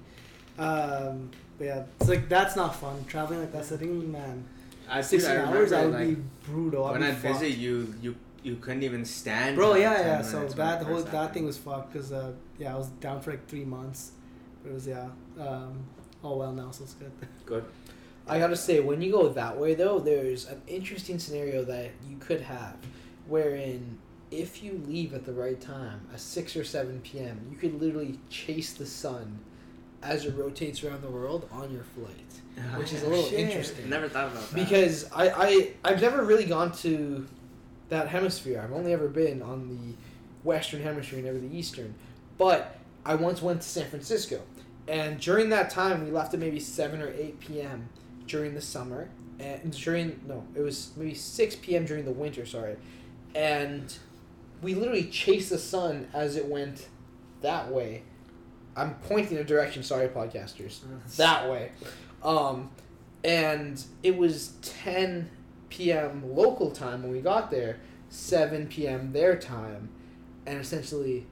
S3: Um, but yeah, it's like that's not fun. Traveling like that's the thing, man.
S2: I, dude,
S3: Sixteen
S2: I
S3: hours,
S2: remember,
S3: that would
S2: like,
S3: be brutal. I'd
S2: when
S3: be
S2: I
S3: fucked.
S2: visit you, you you couldn't even stand.
S3: Bro,
S2: for, like,
S3: yeah,
S2: 10
S3: yeah. So
S2: minutes when
S3: that
S2: it
S3: whole
S2: first
S3: that thing
S2: happened.
S3: was fucked because uh, yeah, I was down for like three months. But it was yeah, um, all well now, so it's good.
S5: good.
S4: I gotta say, when you go that way though, there's an interesting scenario that you could have, wherein if you leave at the right time, at six or seven p.m., you could literally chase the sun as it rotates around the world on your flight,
S2: Yeah.
S4: which is a little
S3: Shit.
S4: interesting.
S2: Never thought about that.
S4: because I, I I've never really gone to that hemisphere. I've only ever been on the western hemisphere, never the eastern. But I once went to San Francisco, And during that time, we left at maybe 7 or 8 p.m. during the summer. And during, no, it was maybe 6 p.m. during the winter, sorry. And we literally chased the sun as it went that way. I'm pointing a direction, sorry, podcasters. That way. Um, and it was 10 p.m. local time when we got there, 7 p.m. their time. And essentially,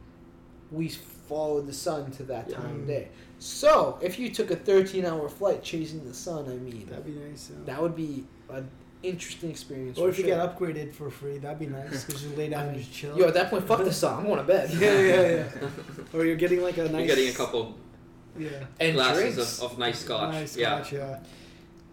S4: we followed the sun to that time of day. So, if you took a 13 hour flight chasing the sun, I mean,
S3: That'd be nice. Yeah.
S4: that would be an interesting experience.
S3: or
S4: for
S3: if you
S4: sure.
S3: get upgraded for free, that'd be nice because you lay down and just chill.
S4: Yo, at that point, fuck the sun. I'm going to bed.
S3: yeah, yeah, yeah. Or you're getting like a nice.
S5: You're getting a couple
S3: Yeah.
S4: And
S5: glasses
S4: drinks.
S5: of, of nice scotch.
S3: Nice
S5: yeah.
S3: scotch, yeah.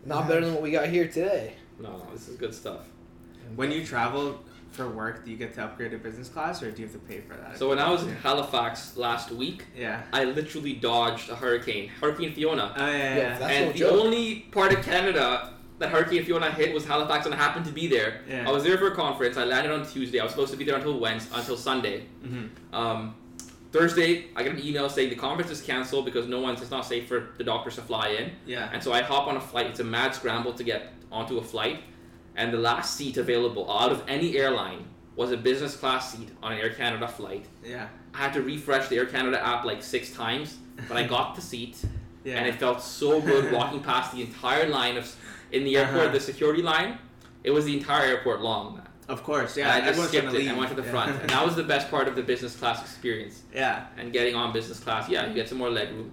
S4: Not better than what we got here today.
S5: No, no, this is good stuff.
S2: When you travel for work, do you get to upgrade to business class, or do you have to pay for that?
S5: So when I was in
S2: yeah,
S5: Halifax last week,
S2: yeah,
S5: I literally dodged a hurricane, Hurricane Fiona.
S2: oh, yeah,
S4: Yeah,
S2: yeah,
S4: that's
S5: and
S4: no
S5: the
S4: joke.
S5: only part of Canada that Hurricane Fiona hit was Halifax, and I happened to be there.
S2: Yeah.
S5: I was there for a conference. I landed on Tuesday. I was supposed to be there until Wednesday, until Sunday.
S2: hmm
S5: Um, Thursday, I get an email saying the conference is canceled because no one's. It's not safe for the doctors to fly in.
S2: yeah.
S5: And so I hop on a flight. It's a mad scramble to get onto a flight. And the last seat available out of any airline was a business class seat on an Air Canada flight.
S2: yeah,
S5: I had to refresh the Air Canada app like six times, but I got the seat.
S2: yeah,
S5: And it felt so good walking past the entire line of in the airport,
S2: Uh-huh.
S5: the security line. It was the entire airport long.
S2: Of course,
S5: And
S2: yeah.
S5: I just
S2: everyone's
S5: skipped
S2: gonna
S5: it
S2: leave.
S5: and went to the
S2: yeah.
S5: front. and that was the best part of the business class experience.
S2: yeah,
S5: And getting on business class, yeah, you get some more leg room.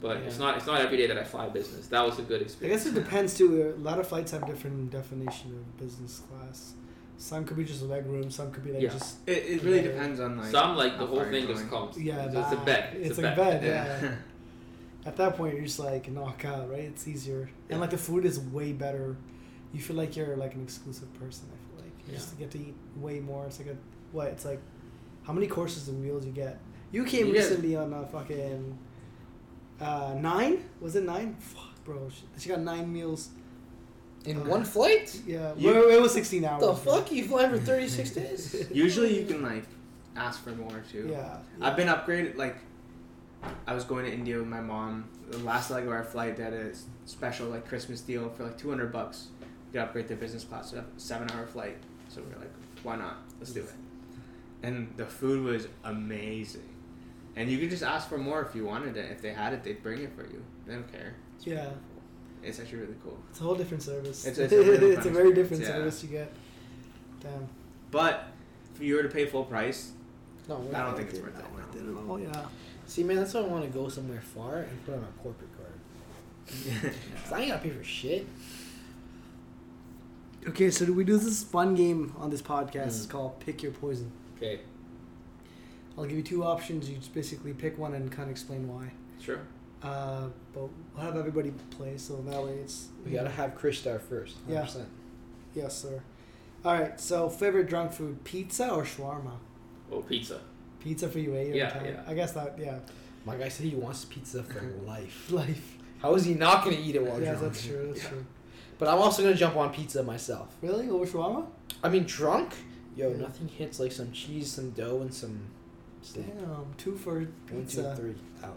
S5: But it's
S4: Yeah.
S5: not it's not every day that I fly business. That was a good
S3: I
S5: experience.
S3: guess it depends too. A lot of flights have different definition of business class. Some could be just leg room. Some could be like
S5: Yeah.
S3: just
S2: it, it really
S3: Yeah.
S2: depends on like
S5: Some like the
S2: how
S5: whole
S2: far you're
S5: thing just
S2: going.
S5: comes.
S3: yeah.
S5: it's, it's a
S3: that-
S5: bet.
S3: It's,
S5: a
S3: like
S5: bet.
S3: bed.
S2: yeah.
S3: yeah. At that point, you're just like knock out, right? It's easier, and like the food is way better. You feel like you're like an exclusive person. I feel like you just get to eat way more. It's like a what? It's like how many courses and meals you get? You came
S5: You guys-
S3: recently on a fucking uh, nine? Was it nine? Fuck, bro. She, she got nine meals.
S4: In
S3: Okay.
S4: one flight?
S3: Yeah,
S2: You-
S3: well, it was sixteen hours.
S4: The
S3: bro.
S4: fuck? You fly for 36 days?
S2: Usually, you can like ask for more too.
S3: Yeah.
S2: I've been upgraded. Like, I was going to India with my mom. The last leg of our flight, they had a s- special like Christmas deal for like two hundred bucks. We could upgrade to business class, so seven hour flight. So we are like, why not? Let's do it. And the food was amazing. And you could just ask for more if you wanted it. If they had it, they'd bring it for you. They don't care.
S3: Yeah,
S2: It's actually really cool.
S3: it's a whole different service.
S2: It's- it's a really
S3: It's a
S2: fun
S3: very
S2: experience,
S3: different
S2: yeah.
S3: service you get. Damn.
S2: But if you were to pay full price,
S4: No, we're
S2: I
S4: not
S2: don't think it's
S4: doing
S2: worth it.
S4: that.
S2: no.
S3: Oh yeah.
S4: See, man, that's why I want to go somewhere far and put on a corporate card. 'Cause I ain't gotta pay for shit.
S3: Okay, so we do this fun game on this podcast. It's
S4: Mm.
S3: called Pick Your Poison.
S5: Okay,
S3: I'll give you two options. You just basically pick one and kind of explain why.
S5: sure.
S3: Uh, but we'll have everybody play, so that way it's.
S4: We gotta have Chris Star first.
S3: Yeah.
S4: 100%.
S3: Yes, sir. All right. So, favorite drunk food: pizza or shawarma?
S5: Oh, pizza.
S3: Pizza for you, eh? every
S5: Yeah,
S3: time.
S5: yeah.
S3: I guess that. Yeah.
S4: My guy said he wants pizza for life.
S3: Life.
S4: How is he not gonna eat it while
S3: yeah,
S4: drunk?
S3: that's true. That's true.
S4: But I'm also gonna jump on pizza myself.
S3: Really? Over shawarma?
S4: I mean, drunk? Yo,
S3: Yeah.
S4: nothing hits like some cheese, some dough, and some. steak.
S3: Damn. Two for
S4: One,
S3: pizza.
S4: two, three. Out.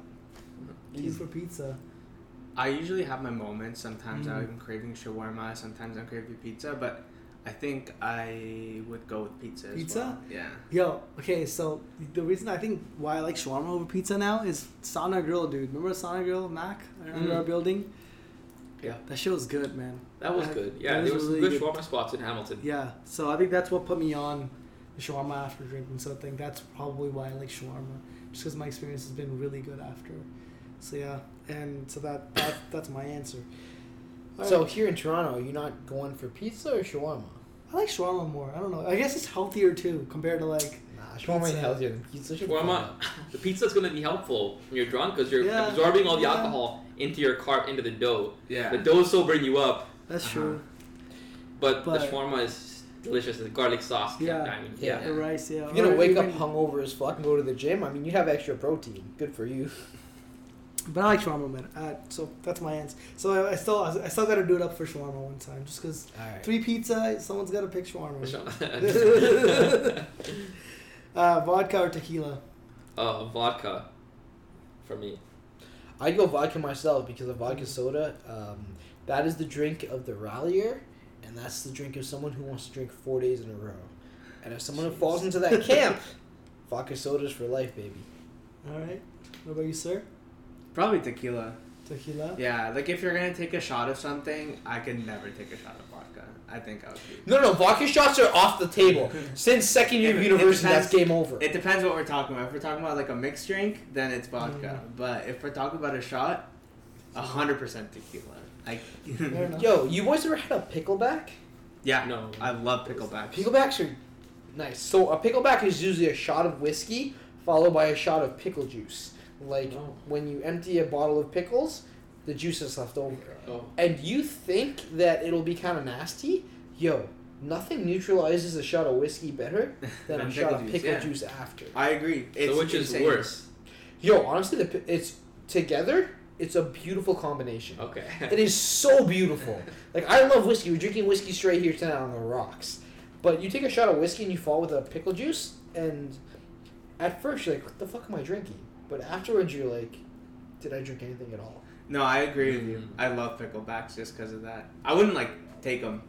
S3: Two for pizza.
S2: I usually have my moments. Sometimes
S3: Mm.
S2: I'm craving shawarma. Sometimes I'm craving pizza. But I think I would go with pizza. as
S3: Pizza?
S2: well. Yeah.
S3: Yo, okay, so the reason I think why I like shawarma over pizza now is Sana Grill, dude. Remember Sana Grill, Mac, under
S5: Mm.
S4: Mm-hmm.
S3: our building?
S5: Yeah.
S3: That shit was good, man.
S5: That was
S3: I-
S5: good. Yeah,
S3: that
S5: there was some
S3: really
S5: good shawarma spots in Hamilton.
S3: Yeah, so I think that's what put me on the shawarma after drinking. So I think that's probably why I like shawarma, just because my experience has been really good after. So yeah, and so that, that that's my answer. All
S4: So
S3: right.
S4: here in Toronto, you're not going for pizza or shawarma?
S3: I like shawarma more. I don't know. I guess it's healthier too compared to like
S4: Nah, shawarma ain't
S3: Pizza.
S4: healthier than pizza. Shut the fuck
S5: Shawarma,
S4: up.
S5: the pizza's gonna be helpful when you're drunk because you're
S3: Yeah,
S5: absorbing all the
S3: yeah.
S5: alcohol into your carb, into the dough. The
S2: Yeah.
S5: dough's sobering you up,
S3: that's
S2: Uh-huh.
S3: true.
S5: but, the
S3: But-
S5: shawarma is delicious. The garlic sauce.
S3: Yeah.
S5: I mean,
S4: Yeah.
S3: The rice, yeah.
S4: You're gonna
S3: or
S4: wake up
S3: even-
S4: hungover as fuck and go to the gym. I mean, you have extra protein. Good for you.
S3: But I like shawarma, man. Uh, so that's my answer. So I, I still, I still got to do it up for shawarma one time, just because
S4: All right.
S3: three pizza, someone's got to pick shawarma.
S5: Shawarma.
S3: Uh, vodka or tequila?
S5: uh, vodka, for me.
S4: I'd go vodka myself because a vodka soda, um, that is the drink of the rallier, and that's the drink of someone who wants to drink four days in a row. And if someone who falls into that camp, vodka sodas for life, baby.
S3: All right. What about you, sir?
S2: Probably tequila.
S3: Tequila.
S2: Yeah, like if you're gonna take a shot of something, I could never take a shot of vodka. I think I would be.
S4: No, no, vodka shots are off the table. Since second year of
S2: It- it
S4: university,
S2: depends.
S4: that's game over.
S2: It depends what we're talking about. If we're talking about like a mixed drink, then it's vodka.
S3: Mm.
S2: But if we're talking about a shot, hundred percent tequila. I
S3: Fair enough.
S4: Yo, you boys ever had a pickleback?
S2: yeah,
S5: No.
S2: I love picklebacks.
S4: Picklebacks are nice. So a pickleback is usually a shot of whiskey followed by a shot of pickle juice. Like
S5: Oh.
S4: when you empty a bottle of pickles, the juice is left over.
S5: Oh.
S4: And you think that it'll be kind of nasty? Yo, nothing neutralizes a shot of whiskey better than
S2: Than
S4: a shot
S2: pickle juice,
S4: of pickle
S2: yeah.
S4: juice after.
S2: I agree. It's
S5: so which is
S2: insane.
S5: worse?
S4: Yo, honestly, the, pi- it's together. It's a beautiful combination.
S2: Oh.
S5: Okay.
S4: It is so beautiful. Like I love whiskey. We're drinking whiskey straight here tonight on the rocks. But you take a shot of whiskey and you fall with a pickle juice, and at first you're like, "What the fuck am I drinking?" But afterwards you're like, "Did I drink anything at all?"
S2: No, I agree with you.
S5: Mm.
S2: I love picklebacks just because of that. I wouldn't like take them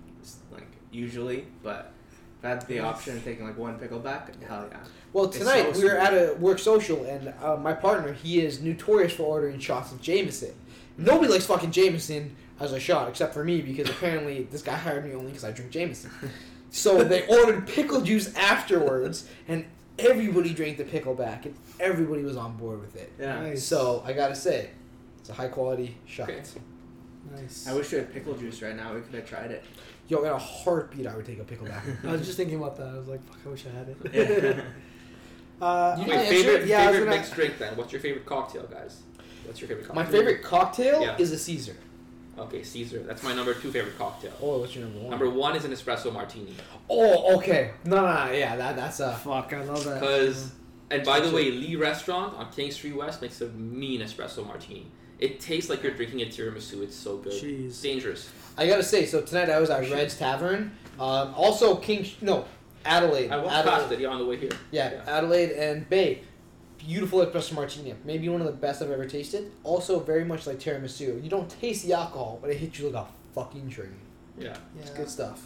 S2: like usually, but if I had the option of taking like one pickleback, hell yeah.
S4: Well,
S2: It's
S4: tonight
S2: so
S4: we were
S2: sweet.
S4: at a work social, and uh, my partner he is notorious for ordering shots of Jameson. Nobody likes fucking Jameson as a shot except for me because apparently this guy hired me only because I drink Jameson. So they ordered pickle juice afterwards, and everybody drank the pickle back, and everybody was on board with it.
S2: Yeah.
S3: Nice.
S4: So I gotta say, it's a high quality shot.
S5: Okay.
S3: nice.
S2: I wish we had pickle juice right now. We could have tried it.
S4: Yo, in a heartbeat, I would take a pickle back.
S3: I was just thinking about that. I was like, fuck, I wish I had it.
S2: Yeah.
S3: uh,
S4: You
S5: Wait,
S4: didn't answer
S5: favorite
S4: it? Yeah, I was
S5: favorite
S4: gonna-
S5: mixed drink then. What's your favorite cocktail, guys? What's your favorite cocktail?
S4: My favorite cocktail
S5: Yeah.
S4: is a Caesar.
S5: Okay, Caesar. That's my number two favorite cocktail.
S4: Oh, what's your number one?
S5: Number one is an espresso martini.
S4: Oh, okay. No, no, no. Yeah, that, that's uh, a.
S3: fuck, I love that.
S5: Because, and by the way, Lee Restaurant on King Street West makes a mean espresso martini. It tastes like you're drinking a tiramisu. It's so good. It's
S8: Jeez.
S5: dangerous.
S4: I gotta say, so tonight I was at Red's Tavern. Um, also, King. No, Adelaide.
S5: I walked
S4: Adelaide.
S5: past it yeah, on the way here.
S4: Yeah,
S5: Yeah.
S4: Adelaide and Bay. Beautiful espresso martini. Maybe one of the best I've ever tasted. Also, very much like tiramisu. You don't taste the alcohol, but it hits you like a fucking drink.
S5: Yeah.
S4: It's
S3: Yeah.
S4: good stuff.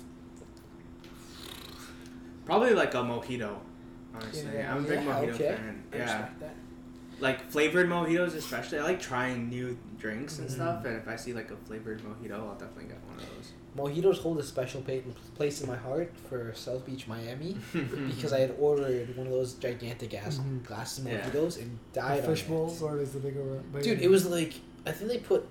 S2: Probably like a mojito. Honestly,
S4: Yeah,
S2: I'm a big
S4: yeah,
S2: mojito
S4: okay.
S2: fan.
S4: I
S2: Yeah,
S4: respect that.
S2: like flavored mojitos especially. I like trying new drinks
S3: Mm-hmm.
S2: and stuff. And if I see like a flavored mojito, I'll definitely get one of
S4: Mojitos hold a special pa- place in my heart for South Beach, Miami,
S3: Mm-hmm.
S2: those.
S4: because I had ordered one of those gigantic ass
S3: Mhm.
S4: glasses of
S2: Yeah.
S4: mojitos and
S3: The
S4: died
S3: fish
S4: on
S3: bowls or is the bigger one?
S4: It. Dude, it was like I think they put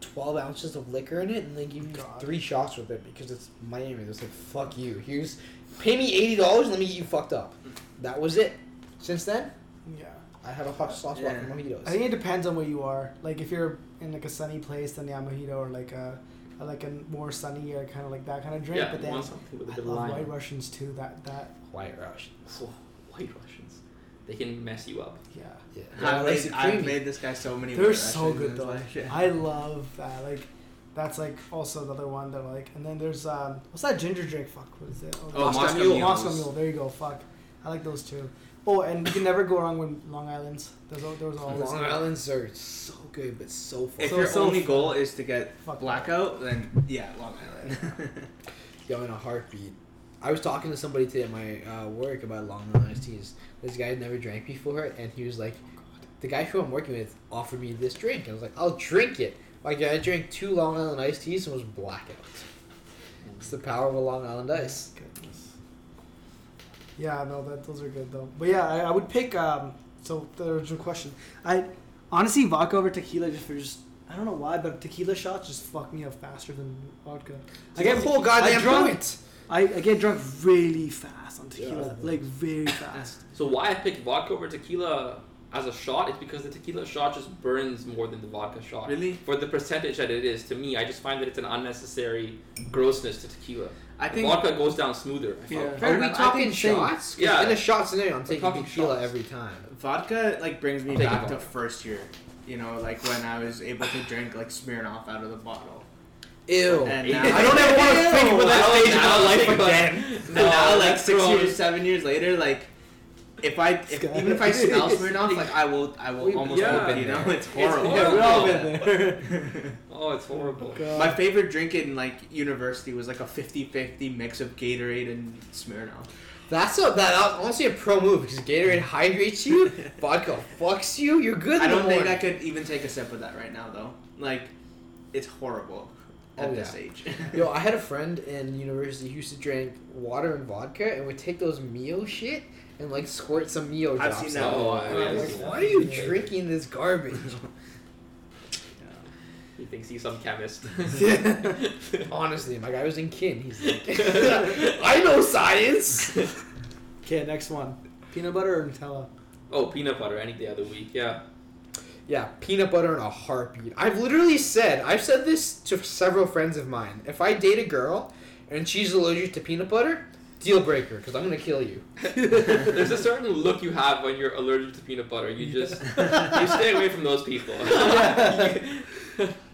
S4: twelve ounces of liquor in it, and they give you
S3: God.
S4: three shots with it because it's Miami. They're like, "Fuck you. Here's pay me eighty dollars, and let me get you fucked up." That was it. Since then,
S3: Yeah.
S4: I have a hot sauce
S2: Yeah.
S4: yeah. for mojitos.
S3: I think it depends on where you are. Like if you're in like a sunny place, then yeah, mojito or like a, a like a more sunny or kind of like that kind of drink.
S5: Yeah,
S3: but then
S5: want something with a
S3: I
S5: bit of
S3: love
S5: lime.
S3: White Russians too. That that
S4: White Russian.
S5: Oh, White Russians. They can mess you up.
S3: yeah.
S4: Yeah.
S2: I've,
S4: Rice
S2: made,
S4: and
S2: I've
S4: creamy.
S2: made this guy so many.
S3: They're
S2: weird
S3: so
S2: actions in
S3: good
S2: his
S3: though.
S2: life. Yeah.
S3: I love that. Like that's like also another one that like. And then there's um what's that ginger drink? Fuck, what is it?
S2: Oh, Moscow Mules.
S3: Moscow Mule. There you go. Fuck, I like those too. Oh, and you can never go wrong with Long Island's. There's al- there was always
S4: Long Island's are so good, but so
S2: If
S4: fucking.
S3: So-
S2: your
S3: so
S2: only
S3: f-
S2: goal is to get
S3: Fuck.
S2: blackout, then yeah, Long Island.
S4: Yo, in a heartbeat. I was talking to somebody today at my uh, work about Long Island teas. This guy had never drank before, and he was like, "The guy who I'm working with offered me this drink." And I was like, "I'll drink it." Like I drank two Long Island iced teas and was blackout. It's the power of a Long Island ice.
S3: Goodness. Yeah, no, that those are good though. But yeah, I, I would pick. Um, so the original question, I honestly vodka over tequila just for just I don't know why, but tequila shots just fuck me up faster than vodka. I get
S4: whole goddamn
S3: I drunk,
S4: point.
S3: I, I get drunk really fast on tequila,
S4: Yeah.
S3: like very fast.
S5: So why I picked vodka over tequila as a shot is because the tequila shot just burns more than the vodka shot.
S2: Really?
S5: For the percentage that it is, to me, I just find that it's an unnecessary grossness to tequila.
S2: I think
S5: vodka goes down smoother. I felt.
S2: Yeah.
S4: Are we
S2: enough. I
S4: talking
S2: think same.
S4: shots? 'Cause
S5: Yeah.
S4: In a shot scenario, I'm taking
S5: talking
S4: tequila
S5: shots.
S4: every time.
S2: vodka like brings me
S5: I'll take
S2: back
S5: it,
S2: to
S5: vodka.
S2: first year. You know, like when I was able to drink like Smirnoff out of the bottle.
S4: Ew.
S2: And now,
S4: I don't ever want to think about
S5: I
S4: that
S5: don't-
S4: stage of
S5: I
S4: my
S5: don't
S4: life
S5: think about-
S4: again.
S5: No,
S2: now, like
S5: that's
S2: six
S5: gross.
S2: years, seven years later, like if I if,
S3: Sky.
S2: even if I smell Smirnoff, like I will I will
S4: We-
S2: almost
S5: yeah.
S2: open. You know, it's horrible.
S5: horrible.
S3: we all been there.
S5: Oh, it's horrible.
S3: God.
S2: My favorite drink in like university was like a 50-50 mix of Gatorade and Smirnoff.
S4: That's a that was honestly a pro move because Gatorade hydrates you, vodka fucks you. You're good. In
S2: I don't
S4: the
S2: think I
S4: morning.
S2: could even take a sip of that right now though. Like, it's horrible at
S4: Oh,
S2: this
S4: yeah.
S2: age.
S4: Yo, I had a friend in university who used to drink water and vodka and would take those Mio shit and like squirt some Mio
S2: I've
S4: drops.
S2: seen
S4: on
S2: that.
S5: Oh,
S2: one.
S5: I-
S4: it. I was
S5: Yeah.
S4: like, why are you drinking this garbage?
S5: He thinks he's some chemist.
S4: Honestly, my guy was in kin. He's like, I know science.
S3: Okay, next one. Peanut butter or Nutella?
S5: oh, peanut butter any day of the week. Yeah.
S4: Yeah, peanut butter in a heartbeat. I've literally said, I've said this to several friends of mine. If I date a girl and she's allergic to peanut butter, deal breaker, because I'm gonna kill you.
S5: There's a certain look you have when you're allergic to peanut butter. You just you stay away from those people.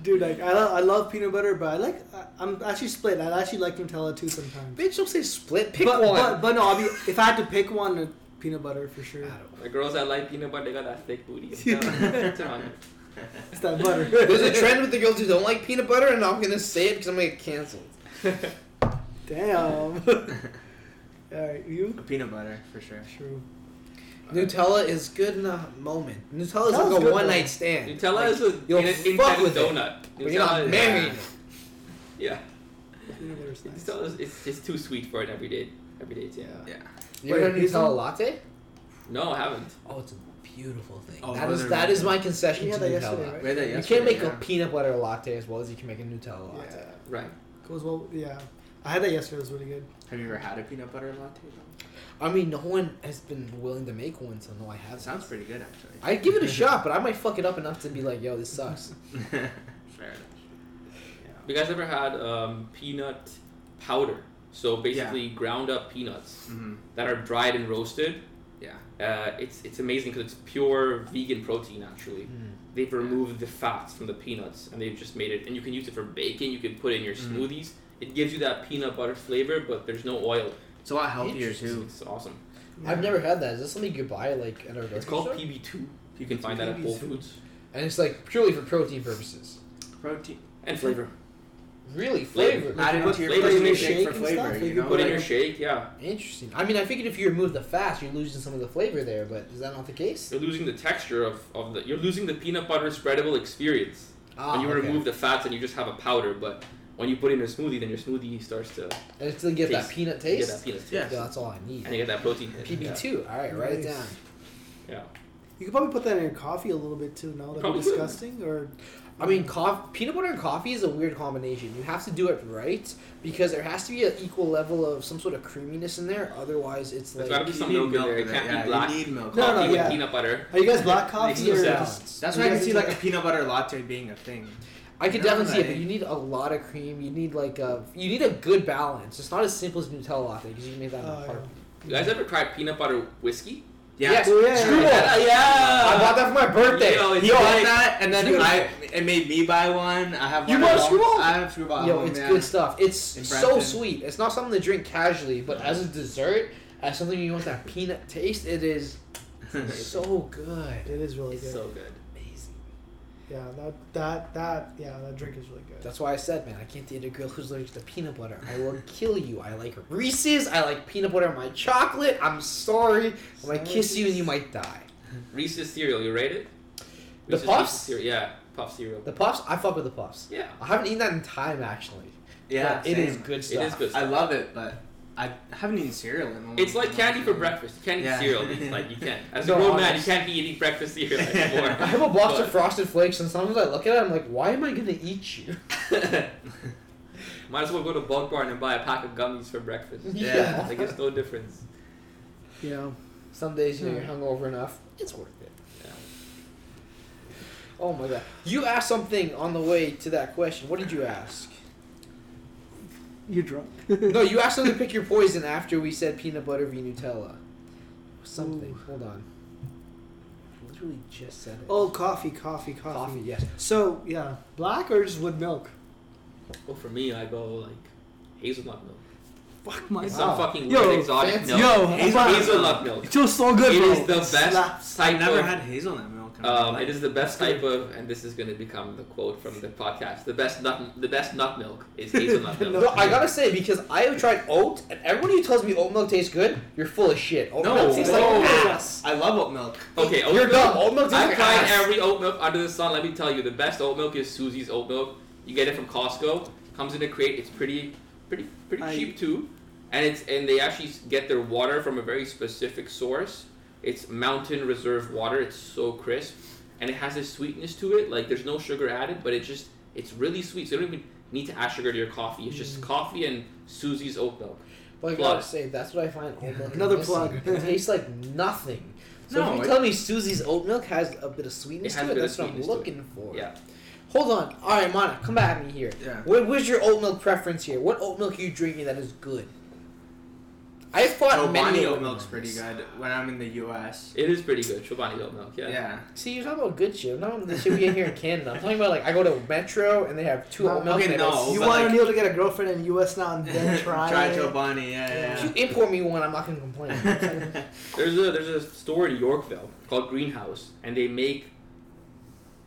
S3: Dude, like I, lo- I love peanut butter, but I like I, I'm actually split. I actually like Nutella too sometimes.
S4: Bitch, don't say split. Pick
S3: but,
S4: one.
S3: But, but no, I'll be, if I had to pick one, uh, peanut butter for sure.
S4: Ah.
S5: the girls that like peanut butter, they got that thick booty. It's on it.
S3: It's that butter.
S4: There's a trend with the girls who don't like peanut butter, and I'm gonna say it because I'm gonna get canceled.
S3: Damn. All right, you.
S2: Peanut butter for sure.
S3: True.
S4: Nutella is good in a moment. Nutella is
S3: Nutella's
S4: like
S3: good,
S4: a one
S3: though.
S4: night stand.
S5: Nutella
S4: Like,
S5: is a
S4: you'll
S5: in,
S4: fuck
S5: in fact,
S4: with it.
S5: donut.
S4: when you're not
S5: Nutella is-
S4: married.
S5: Yeah.
S3: Peanut butter's nice.
S5: Nutella is it's, it's too sweet for an everyday everyday thing.
S2: Yeah.
S4: You ever had a
S3: Wait,
S4: Nutella latte?
S5: No, I haven't.
S4: Oh, it's a beautiful thing.
S2: Oh,
S4: that is
S2: brother.
S4: that is my concession
S3: We
S4: to
S3: had that yesterday,
S4: Nutella.
S3: right?
S2: We had that
S4: You
S2: yesterday,
S4: can't make
S2: yeah.
S4: a peanut butter latte as well as you can make a Nutella latte.
S3: Yeah.
S5: Right.
S3: Goes well. Yeah, I had that yesterday. It was really good.
S2: Have you ever had a peanut butter latte? though?
S4: I mean, no one has been willing to make one, so no, I
S2: That
S4: haven't.
S2: sounds pretty good actually.
S4: I'd give it a shot, but I might fuck it up enough to be like, yo, this sucks.
S2: Fair enough.
S5: You guys ever had um, peanut powder? So basically, ground up peanuts
S2: Mhm.
S5: that are dried and roasted.
S2: Yeah.
S5: Uh, it's it's amazing because it's pure vegan protein. Actually, they've removed the fats from the peanuts and they've just made it. And you can use it for baking. You can put it in your
S2: Mhm.
S5: smoothies. It gives you that peanut butter flavor, but there's no oil.
S2: It's a lot healthier
S5: It's,
S2: too.
S5: it's awesome.
S4: I've never had that. Is this something you buy like at a grocery
S5: It's called
S4: store?
S5: PB two. You can find that at Whole
S2: PB2.
S5: Foods
S4: and it's like purely for protein purposes.
S2: Protein
S5: and flavor.
S4: Really,
S5: Flavor.
S4: flavor.
S2: added
S5: Put
S2: to your
S5: flavor in
S2: protein
S5: your
S2: shake
S3: shake
S2: for
S3: and
S2: flavor.
S3: stuff,
S2: you
S3: you
S2: know,
S3: can
S5: Put
S2: like,
S5: in your shake. Yeah,
S4: Interesting. I mean, I figured if you remove the fat, you're losing some of the flavor there, but is that not the case?
S5: you're losing the texture of, of the. You're losing the peanut butter spreadable experience.
S4: Ah,
S5: when you
S4: okay.
S5: remove the fats and you just have a powder, but when you put it in a smoothie, then your smoothie starts to
S4: and it still get that
S5: taste.
S4: peanut
S5: you get
S4: taste.
S5: that peanut taste.
S2: Yeah.
S4: Yeah, that's all I need.
S5: And you get that protein hit.
S4: PB two. All right, write it
S3: Nice.
S4: down.
S5: Yeah.
S3: You could probably put that in your coffee a little bit too. No, that'd
S5: Probably
S3: be
S5: could.
S3: disgusting. Or
S4: I mean, coff- peanut butter and coffee is a weird combination. You have to do it right because there has to be an equal level of some sort of creaminess in there. Otherwise, it's
S5: There's
S4: like
S5: gotta be
S2: you
S5: some
S2: need
S5: milk in there. It
S2: for
S5: can't
S2: that.
S5: be
S2: Yeah,
S5: black.
S2: You need milk.
S5: Coffee
S3: No, no,
S5: with
S3: yeah.
S5: peanut butter.
S3: are you guys black coffee
S2: no
S3: or
S4: sense.
S3: just?
S2: That's
S3: you
S2: why I can
S3: guys
S2: see
S3: do
S2: like a
S3: that?
S2: peanut butter latte being a thing.
S4: I could
S2: No,
S4: definitely see it, but
S2: like-
S4: you need a lot of cream. You need like a you need a good balance. It's not as simple as Nutella latte because you can make that in a
S3: Oh,
S4: heartbeat.
S5: You guys ever tried peanut butter whiskey?
S2: Yeah.
S4: Yes,
S3: Oh, yeah.
S4: screwball.
S5: Yeah, yeah.
S4: I bought that for my birthday.
S5: Yo, it's
S2: He bought
S5: like-
S2: that, and then
S4: Dude.
S2: I it made me buy one. I have
S4: You
S2: one
S4: bought
S2: at home.
S4: Screwball?
S2: I have screwball. at
S4: Yo,
S2: home,
S4: it's
S2: yeah.
S4: good stuff. It's
S2: In
S4: so
S2: Brampton.
S4: sweet. It's not something to drink casually, but as a dessert, as something you want that peanut taste, it is so good.
S3: It is really
S5: It's
S3: good.
S5: so good.
S4: Amazing.
S3: yeah, that that that yeah, that drink is really good.
S4: That's why I said, man, I can't date a girl who's allergic to peanut butter. I will kill you. I like Reese's. I like peanut butter in my chocolate. I'm sorry. I might kiss you and you might die.
S5: Reese's cereal, you rate it?
S4: The
S5: Reese's
S4: Puffs?
S5: Pieces cereal. Yeah, puff cereal.
S4: The puffs, I fuck with the puffs.
S5: Yeah.
S4: I haven't eaten that in time, actually.
S2: Yeah,
S4: but it is
S2: same.
S4: good
S5: It
S4: stuff.
S5: is good.
S2: I love it, but I haven't eaten cereal in a long
S5: It's like
S2: time.
S5: candy for breakfast. You can't eat
S2: Yeah.
S5: cereal. It's like you can't. As
S4: No,
S5: a grown man, you
S4: honest.
S5: can't be eating breakfast cereal anymore.
S4: I have a box
S5: But-
S4: of frosted flakes, and sometimes I look at it, I'm like, why am I gonna eat you?
S5: Might as well go to Bulk Barn and buy a pack of gummies for breakfast.
S2: Yeah.
S5: Like, it's no difference.
S3: Yeah.
S4: Some days you know, you're hungover enough. It's worth it.
S5: Hmm. Yeah.
S4: Oh my god. You asked something on the way to that question. What did you ask?
S3: You drunk?
S4: no, you asked them to pick your poison after we said peanut butter v Nutella. Something. Hold on. I literally just said it.
S3: Oh, coffee, coffee, coffee.
S4: coffee, yes.
S3: So yeah, black or just with milk?
S5: Well, for me, I go like hazelnut milk.
S8: Fuck my
S5: Some
S4: Wow.
S5: fucking
S8: Yo,
S5: weird exotic
S4: fancy.
S5: milk.
S8: Yo,
S5: Hazel,
S8: wow.
S5: hazelnut milk.
S8: It feels so good,
S5: it
S8: bro.
S5: is the best
S8: Slaps.
S2: I
S5: type
S2: never
S5: of,
S2: had hazelnut milk. in my
S5: um,
S2: life.
S5: it is the best
S2: That's
S5: type of, and this is going to become the quote from the podcast. The best nut, the best nut milk is hazelnut milk.
S4: No, I gotta say because I have tried oat, and everyone who tells me oat milk tastes good, you're full of shit. Oat
S2: No,
S4: milk tastes
S5: no.
S4: like ass.
S2: I love oat milk.
S5: Okay, oat
S4: You're
S5: milk.
S4: dumb. Oat milk tastes
S5: I've
S4: like
S5: tried
S4: ass.
S5: every oat milk under the sun. Let me tell you, the best oat milk is Susie's oat milk. You get it from Costco. Comes in a crate. It's pretty, pretty, pretty
S8: I-
S5: cheap too. And it's and they actually s- get their water from a very specific source. It's mountain reserve water. It's so crisp, and it has this sweetness to it. Like there's no sugar added, but it just it's really sweet. So you don't even need to add sugar to your coffee. It's just coffee and Susie's oat milk.
S4: But I
S5: Plug.
S4: gotta say, that's what I find oat milk.
S8: Another
S4: missing.
S8: plug.
S4: It tastes like nothing. So
S2: No,
S4: if you
S2: it-
S4: tell me Susie's oat milk has a bit of sweetness
S5: It has
S4: to
S5: a
S4: it,
S5: bit of
S4: that's what I'm
S5: sweetness to it.
S4: looking for.
S5: Yeah.
S4: Hold on. All right, Mana, come back at me here.
S2: Yeah.
S4: What was your oat milk preference here? What oat milk are you drinking that is good? I fought
S2: Chobani
S4: many oat
S2: Oh, oat milk's
S4: milks.
S2: pretty good when I'm in the U.S.
S5: It is pretty good. Chobani oat milk. Yeah.
S2: Yeah.
S4: See, you're talking about good shit. I'm not talking about the shit we get here in Canada. I'm talking about like I go to Metro and they have two
S3: No,
S4: oat milk.
S2: okay,
S4: and
S2: no.
S4: it's-
S3: You
S2: but
S3: want
S2: like-
S3: Neil to get a girlfriend in the U.S. now and then try,
S2: Try
S3: it.
S2: Chobani, yeah,
S4: If
S2: yeah.
S4: you import me one, I'm not gonna complain.
S5: There's a there's a store in Yorkville called Greenhouse, and they make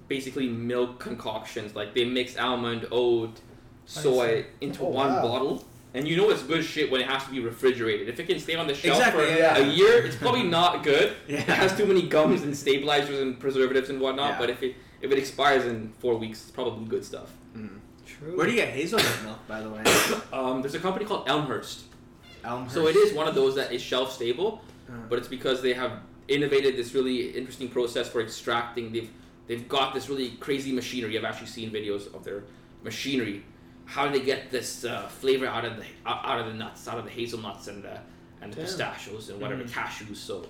S5: basically milk concoctions. Like they mix almond, oat, soy into
S4: Oh,
S5: one
S4: wow.
S5: bottle, and you know it's good shit when it has to be refrigerated. If it can stay on the shelf
S2: Exactly,
S5: for
S2: yeah.
S5: a year, it's probably not good.
S2: Yeah.
S5: It has too many gums and stabilizers and preservatives and whatnot.
S2: Yeah.
S5: But if it if it expires in four weeks, it's probably good stuff.
S2: Mm.
S3: True.
S2: Where do you get hazelnut milk, by the way?
S5: Um, there's a company called Elmhurst,
S2: Elmhurst.
S5: so it is one of those that is shelf stable.
S2: Uh,
S5: but it's because they have innovated this really interesting process for extracting. They've they've got this really crazy machinery. I've actually seen videos of their machinery. How do they get this uh, flavor out of the out out of the nuts, out of the hazelnuts and the and the
S3: Damn.
S5: pistachios and whatever
S2: Mhm.
S5: cashews? So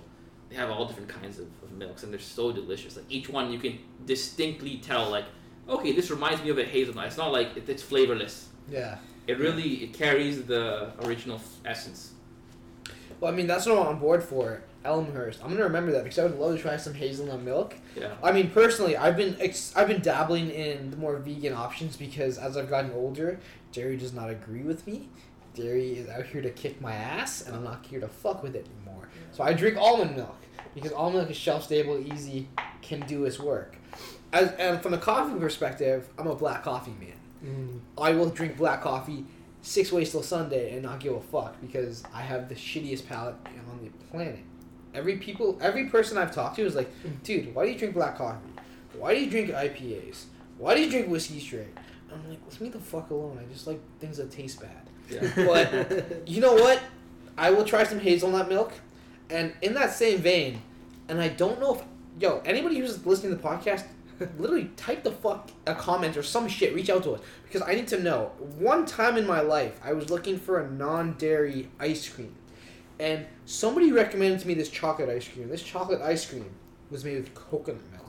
S5: they have all different kinds of, of milks, and they're so delicious. Like each one, you can distinctly tell. Like, okay, this reminds me of a hazelnut. It's not like it, it's flavorless.
S4: yeah.
S5: It really it carries the original f- essence.
S4: Well, I mean, that's what I'm on board for. Elmhurst. I'm gonna remember that because I would love to try some hazelnut milk.
S5: Yeah.
S4: I mean, personally, I've been ex- I've been dabbling in the more vegan options because as I've gotten older, dairy does not agree with me. Dairy is out here to kick my ass, and I'm not here to fuck with it anymore. So I drink almond milk because almond milk is shelf stable, easy, can do its work. As, and from the coffee perspective, I'm a black coffee man.
S3: Mm.
S4: I will drink black coffee six ways till Sunday and not give a fuck because I have the shittiest palate on the planet. Every people, every person I've talked to is like, dude, why do you drink black coffee? Why do you drink IPAs? Why do you drink whiskey straight? I'm like, leave me the fuck alone. I just like things that taste bad.
S5: Yeah.
S4: But you know what? I will try some hazelnut milk. And in that same vein, and I don't know if yo anybody who's listening to the podcast, literally type the fuck a comment or some shit. Reach out to us because I need to know. One time in my life, I was looking for a non-dairy ice cream, and somebody recommended to me this chocolate ice cream. This chocolate ice cream was made with coconut milk.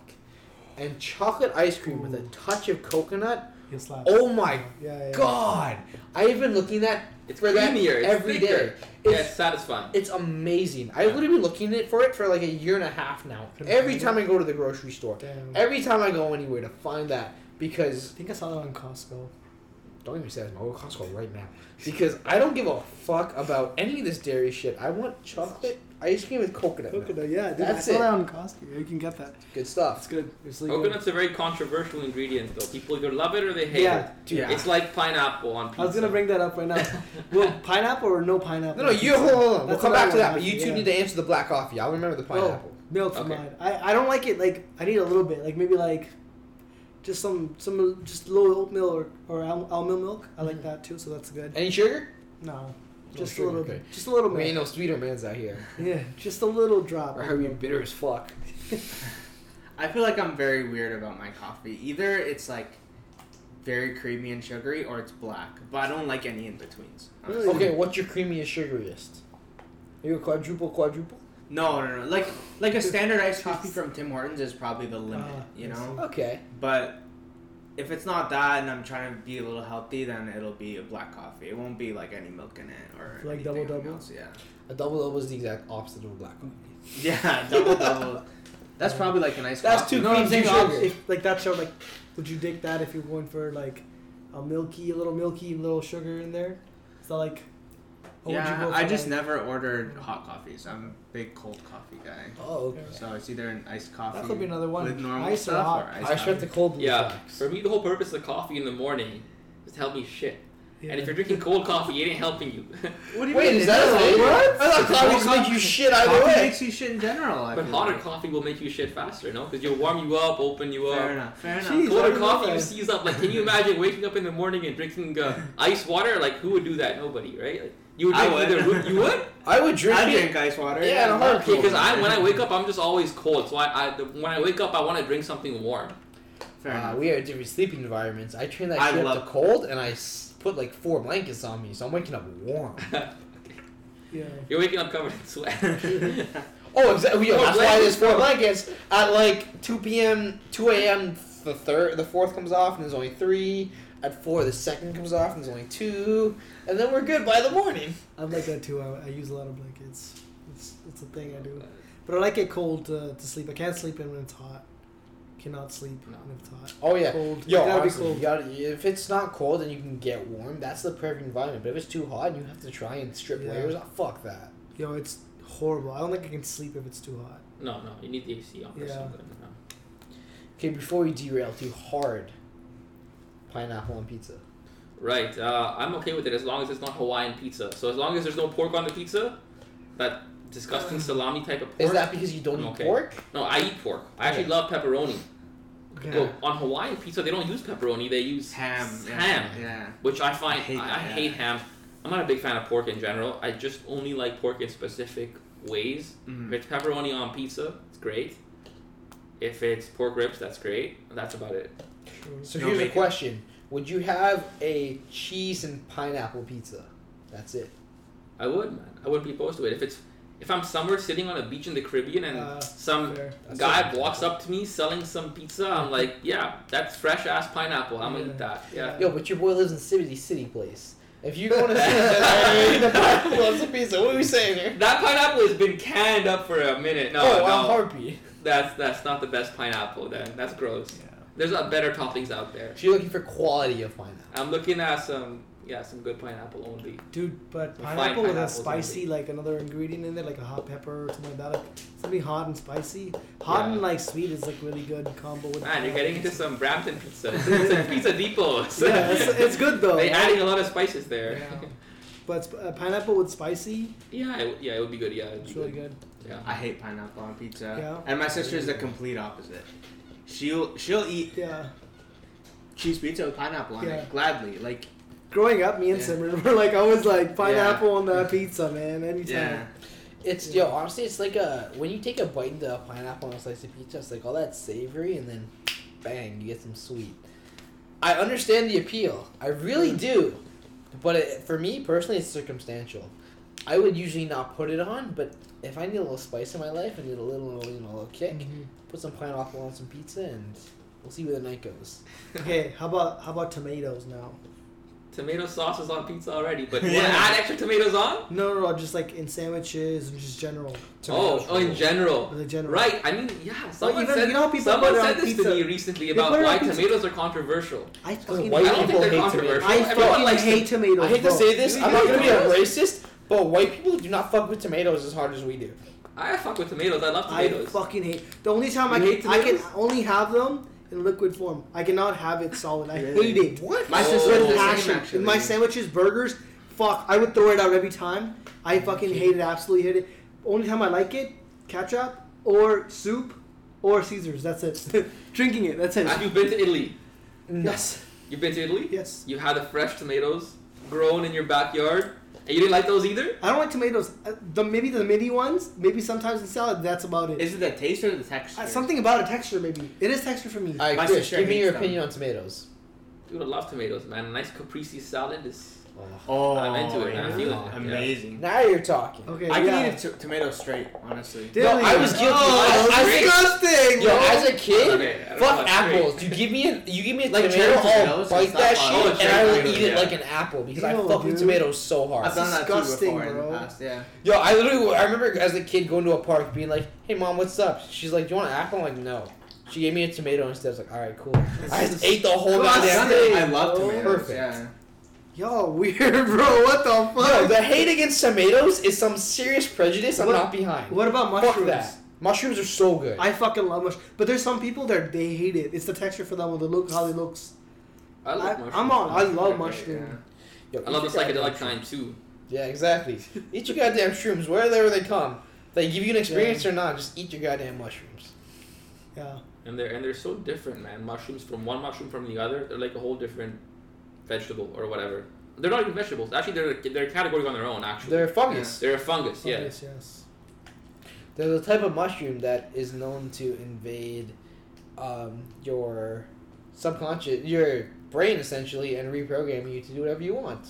S4: And chocolate ice cream with a touch of coconut.
S3: He'll slap.
S4: Oh my
S3: Yeah, yeah.
S4: god! I've been looking at
S5: It's
S4: for that
S5: creamier, it's
S4: every day.
S5: thicker. Yeah,
S4: It's
S5: it's satisfying.
S4: it's amazing. I've literally been looking at for it for like a year and a half now. Every time I go to the grocery store,
S3: Damn.
S4: every time I go anywhere to find that because
S3: I think I saw that on Costco.
S4: don't even say that. I'm going to Costco right now because I don't give a fuck about any of this dairy shit. I want chocolate ice cream with coconut. milk.
S3: Coconut, yeah, dude,
S4: That's
S3: I saw
S4: it.
S3: that on Costco.
S8: You can get that.
S4: Good
S3: It's
S4: stuff.
S3: good. It's really
S5: Coconut's a very controversial ingredient, though. People either love it or they hate
S3: Yeah,
S5: it.
S4: dude.
S5: It's like pineapple on
S3: good.
S5: pizza.
S3: I was gonna bring that up right now. well, pineapple or no pineapple?
S4: No, no, you hold on. hold on. We'll
S3: That's
S4: come
S3: what I
S4: back to that.
S3: want,
S4: But you two
S3: yeah. Oh.
S4: need to answer the black coffee. I'll remember the pineapple.
S3: Milk for
S5: Okay.
S3: mine. I, I don't like it. Like I need a little bit. Like maybe like just some some just a little oatmeal or or al- almond milk. I like
S4: Mhm.
S3: that too. So that's good.
S4: Any sugar?
S3: No,
S4: No
S3: just
S4: sugar,
S3: a little
S4: Oh, okay.
S3: bit. Just a little
S4: We ain't
S3: bit.
S4: no sweeter man's out here.
S3: Yeah, just a little drop.
S4: Or how you bitter as fuck.
S2: I feel like I'm very weird about my coffee. Either it's like very creamy and sugary, or it's black. But I don't like any in betweens.
S3: Really?
S4: Okay, what's your creamiest, sugariest? Are you a quadruple, quadruple?
S2: No, no, no. Like like a standard iced coffee from Tim Hortons is probably the limit.
S3: Ah,
S2: you
S3: I
S2: know.
S4: Okay.
S2: But if it's not that, and I'm trying to be a little healthy, then it'll be a black coffee. It won't be like any milk in it or
S3: Like
S2: anything
S3: double-double?
S2: else, Yeah.
S4: A double double is the exact opposite of a black coffee.
S2: Yeah, double double. That's probably like a nice.
S4: That's
S2: coffee.
S4: too
S3: No, I'm
S4: cream,
S3: saying
S4: too
S3: ob-
S4: sugar.
S3: if like that show like, would you dig that if you're going for like a milky, a little milky, little sugar in there? Is that like would you
S2: yeah,
S3: go
S2: I
S3: for,
S2: just
S3: like-
S2: never ordered hot coffees. I'm a big cold coffee guy.
S3: Oh, okay.
S2: So it's either an iced coffee.
S3: That could be another one.
S2: With normal
S3: Ice or
S2: stuff
S3: hot.
S2: or iced
S4: I shut the
S2: coffee.
S4: cold.
S5: Yeah, for me, the whole purpose of coffee in the morning is to help me shit.
S3: Yeah.
S5: And if you're drinking cold coffee, it ain't helping you.
S2: What do you
S4: Wait,
S2: mean?
S4: is that a thing? What? I thought coffees
S2: Coffee-
S4: make you shit either
S2: Coffee
S4: way.
S2: makes you shit in general. I
S5: but
S2: feel
S5: hotter
S2: like.
S5: coffee will make you shit faster, no? Because you'll warm you up, open you
S2: Fair
S5: up.
S2: enough. Fair enough.
S3: Jeez, I
S5: Colder
S3: didn't know
S5: coffee, you
S3: that.
S5: seize up. Like, can you imagine waking up in the morning and drinking uh, ice water? Like, who would do that? Nobody, right? Like, you would
S2: I
S5: drink
S2: would.
S5: either root. You would?
S4: I would drink
S2: I
S4: it.
S2: drink ice water.
S4: Yeah, and I'm
S2: love
S4: not
S5: Okay,
S2: cold
S5: because I
S2: water.
S5: when I wake up, I'm just always cold. So I, I the, when I wake up, I want to drink something warm.
S2: Fair
S4: Uh,
S2: enough.
S4: we had different sleeping environments. I turned that
S2: I
S4: shit up
S2: love-
S4: to cold, and I s- put like four blankets on me, so I'm waking up warm.
S3: Yeah.
S5: You're waking up covered in sweat.
S4: oh, exactly.
S5: Four
S4: that's why there's
S5: blankets?
S4: four blankets at like 2 p.m., 2 a.m. The third, the fourth comes off, and there's only three. At four, the second comes off, and there's only two, and then we're good by the morning.
S3: I'm like that too. I, I use a lot of blankets. It's it's a thing I
S5: Uh,
S3: do. But I like it cold to, to sleep. I can't sleep in when it's hot. Cannot sleep
S5: No.
S3: when it's hot.
S4: Oh yeah,
S3: Cold.
S4: yo,
S3: It gotta be
S4: honestly,
S3: cold.
S4: you gotta, if it's not cold and you can get warm, that's the perfect environment. But if it's too hot and you have to try and strip
S3: Yeah.
S4: layers, off, fuck that.
S3: Yo, it's horrible. I don't think I can sleep if it's too hot.
S5: no, no, you need the AC on for
S3: Yeah.
S5: something. No.
S4: Okay, before we derail too hard, pineapple on pizza.
S5: Right. Uh, I'm okay with it as long as it's not Hawaiian pizza. So as long as there's no pork on the pizza, that disgusting salami type of pork.
S4: Is that because you don't
S5: I'm
S4: eat
S5: okay.
S4: pork?
S5: No, I eat pork. I actually
S4: Yeah.
S5: love pepperoni.
S3: Okay.
S5: Well, on Hawaiian pizza, they don't use pepperoni. They use
S2: ham. Yeah,
S5: ham,
S2: Yeah.
S5: which I find I,
S2: I hate
S5: I,
S2: that, yeah.
S5: hate ham. I'm not a big fan of pork in general. I just only like pork in specific ways. If
S3: Hmm.
S2: Mm.
S5: it's pepperoni on pizza, it's great. If it's pork ribs, that's great. That's about it.
S3: True.
S4: So
S2: No
S4: here's a
S2: bacon.
S4: question: Would you have a cheese and pineapple pizza? That's it.
S5: I would, man. I wouldn't be opposed to it. If it's if I'm somewhere sitting on a beach in the Caribbean and um,
S3: Uh,
S5: some
S3: fair.
S4: That's
S5: guy
S4: it.
S5: walks up to me selling some pizza, I'm like, yeah, that's fresh ass pineapple. I'm gonna
S3: Yeah.
S5: eat that. Yeah.
S4: Yo, but your boy lives in City City Place. If you go to City City, the pineapple on some pizza. What are we saying here?
S5: That pineapple has been canned up for a minute. No,
S4: oh,
S5: no,
S4: I'm Harpy.
S5: that's that's not the best pineapple. Then that's gross.
S2: Yeah.
S5: There's not better toppings out there.
S4: So you're looking for quality of pineapple.
S5: I'm looking at some yeah some good pineapple only.
S3: Dude, but
S5: Fine
S3: pineapple with a
S5: pineapple's
S3: spicy, like another ingredient in there, like a hot pepper or something like that. Like, something hot and spicy. Hot
S5: Yeah.
S3: and like sweet is like really good combo with
S5: Man, you're getting into
S3: pizza.
S5: some Brampton pizza. It's, it's a pizza depot.
S3: Yeah, it's, it's good though.
S5: They're adding a lot of spices there.
S3: Yeah. But sp- uh, pineapple with spicy,
S5: Yeah, it, yeah, it would be good. Yeah, it'd be
S3: it's really good.
S5: Yeah.
S2: I hate pineapple on pizza.
S3: Yeah.
S2: And my sister is the complete opposite. She'll she'll eat
S3: Yeah.
S2: cheese pizza with pineapple on
S3: Yeah.
S2: it gladly. Like
S3: Growing up, me and
S2: Yeah.
S3: Simran were like always like pineapple on the pizza, man. Anytime.
S2: yeah.
S4: It's
S3: Yeah.
S4: yo, honestly, it's like a when you take a bite into a pineapple on a slice of pizza, it's like all that savory, and then bang, you get some sweet. I understand the appeal, I really do, but it, for me personally, it's circumstantial. I would usually not put it on, but if I need a little spice in my life, I need a little, little, you know, a little kick.
S3: Mhm.
S4: Put some pineapple on some pizza, and we'll see where the night goes.
S3: Okay, how about how about tomatoes now?
S5: Tomato sauce is on pizza already, but you
S2: Yeah.
S5: want to add extra tomatoes on?
S3: No, no, no, just like in sandwiches and just general,
S5: Oh, oh, in general.
S3: like general.
S5: Right, I mean, yeah. Someone
S3: even-
S5: said,
S3: you know how people
S5: someone
S3: put it
S5: said
S3: on
S5: this
S3: pizza?
S5: to me recently
S3: They
S5: about
S3: put it on
S5: why
S3: pizza.
S5: tomatoes are controversial.
S3: I fucking
S4: White
S5: I don't think
S4: people
S5: they're
S4: hate tomatoes.
S5: controversial.
S3: I
S5: Everyone
S3: fucking
S5: likes
S3: hate tomatoes.
S4: I hate to
S3: bro.
S4: say this,
S5: You
S4: I'm not
S5: hate
S4: gonna be a
S5: tomatoes?
S4: racist, but white people do not fuck with tomatoes as hard as we do.
S5: I fuck with tomatoes. I love
S3: I
S5: tomatoes.
S3: fucking hate. The only time I
S5: You hate
S3: can I can
S5: tomatoes?
S3: only have them in liquid form. I cannot have it solid. I
S2: Really?
S3: hate it.
S4: What?
S2: My
S5: Oh.
S2: sister
S3: With
S2: is the same
S3: passion.
S2: actually.
S3: In my sandwiches, burgers, fuck, I would throw it out every time. I fucking hate it. Absolutely hate it. Only time I like it, ketchup or soup or Caesars. That's it. Drinking it. That's it.
S5: Have you been to Italy?
S3: yes.
S5: You've been to Italy?
S3: Yes.
S5: You had the fresh tomatoes grown in your backyard, and you didn't like those either?
S3: I don't like tomatoes. Uh, The maybe the mini ones. Maybe sometimes in salad. That's about it.
S2: Is it the taste or the texture?
S3: Uh, something about a texture. Maybe it is texture for me.
S4: All
S2: My
S4: right, Chris,
S2: sister
S4: give me
S2: hates
S4: your
S2: them.
S4: opinion on tomatoes.
S5: Dude, I love tomatoes, man. A nice caprese salad is.
S2: Oh,
S5: I'm into it, man. I'm feeling it, yeah.
S2: Amazing.
S4: Now you're talking.
S3: okay.
S2: I
S3: yeah.
S2: can eat a t- tomato straight, honestly.
S3: Dilly.
S4: No, I was guilty.
S5: Oh,
S4: I, I think,
S3: disgusting.
S4: yo, as a kid,
S5: Okay, I don't know
S4: fuck
S5: about
S4: apples. You give me, a, you give me a
S2: Like
S4: tomato,
S2: cherry
S4: I'll
S2: tomatoes
S4: bite
S2: and
S4: that
S2: stuff.
S4: shit,
S5: Oh,
S4: and I
S5: cherry
S4: will eat it
S5: tomatoes,
S4: like an apple because I
S3: Yo,
S4: fuck
S3: dude.
S4: with tomatoes so hard.
S2: I've done that too
S3: disgusting,
S2: before in the
S3: bro.
S2: past, yeah.
S4: Yo, I literally, I remember as a kid going to a park, being like, "Hey, mom, what's up?" She's like, "Do you want an apple?" I'm like, "No." She gave me a tomato instead. I was like, "All right, cool." I just ate the whole
S3: Disgusting.
S4: goddamn thing.
S2: I love
S3: bro.
S2: tomatoes.
S4: Perfect.
S2: Yeah.
S3: Y'all weird, bro. What the
S4: No,
S3: fuck?
S4: the hate against tomatoes is some serious prejudice I'm
S3: What-
S4: not behind.
S3: what about
S4: Fuck
S3: mushrooms?
S4: that. Mushrooms are so good.
S3: I fucking love mushrooms. But there's some people that they hate it. It's the texture for them, the look, how it looks.
S5: I love
S3: I-
S5: mushrooms.
S3: I'm on- I love
S5: Okay,
S3: mushroom.
S4: Yo,
S5: yeah. I love the
S4: eat your goddamn
S5: psychedelic
S4: shroom.
S5: kind too.
S4: Yeah, exactly. eat your goddamn shrooms, wherever they come. They give you an experience or not, just eat your goddamn mushrooms.
S3: Yeah.
S5: And they're and they're so different, man. Mushrooms from one mushroom from the other, they're like a whole different vegetable or whatever. They're not even vegetables. Actually, they're they're a category on their own. Actually,
S4: They're fungus.
S5: They're a fungus. Yeah.
S3: Fungus, yes.
S4: They're the type of mushroom that is known to invade um, your subconscious, your brain essentially, and reprogram you to do whatever you want.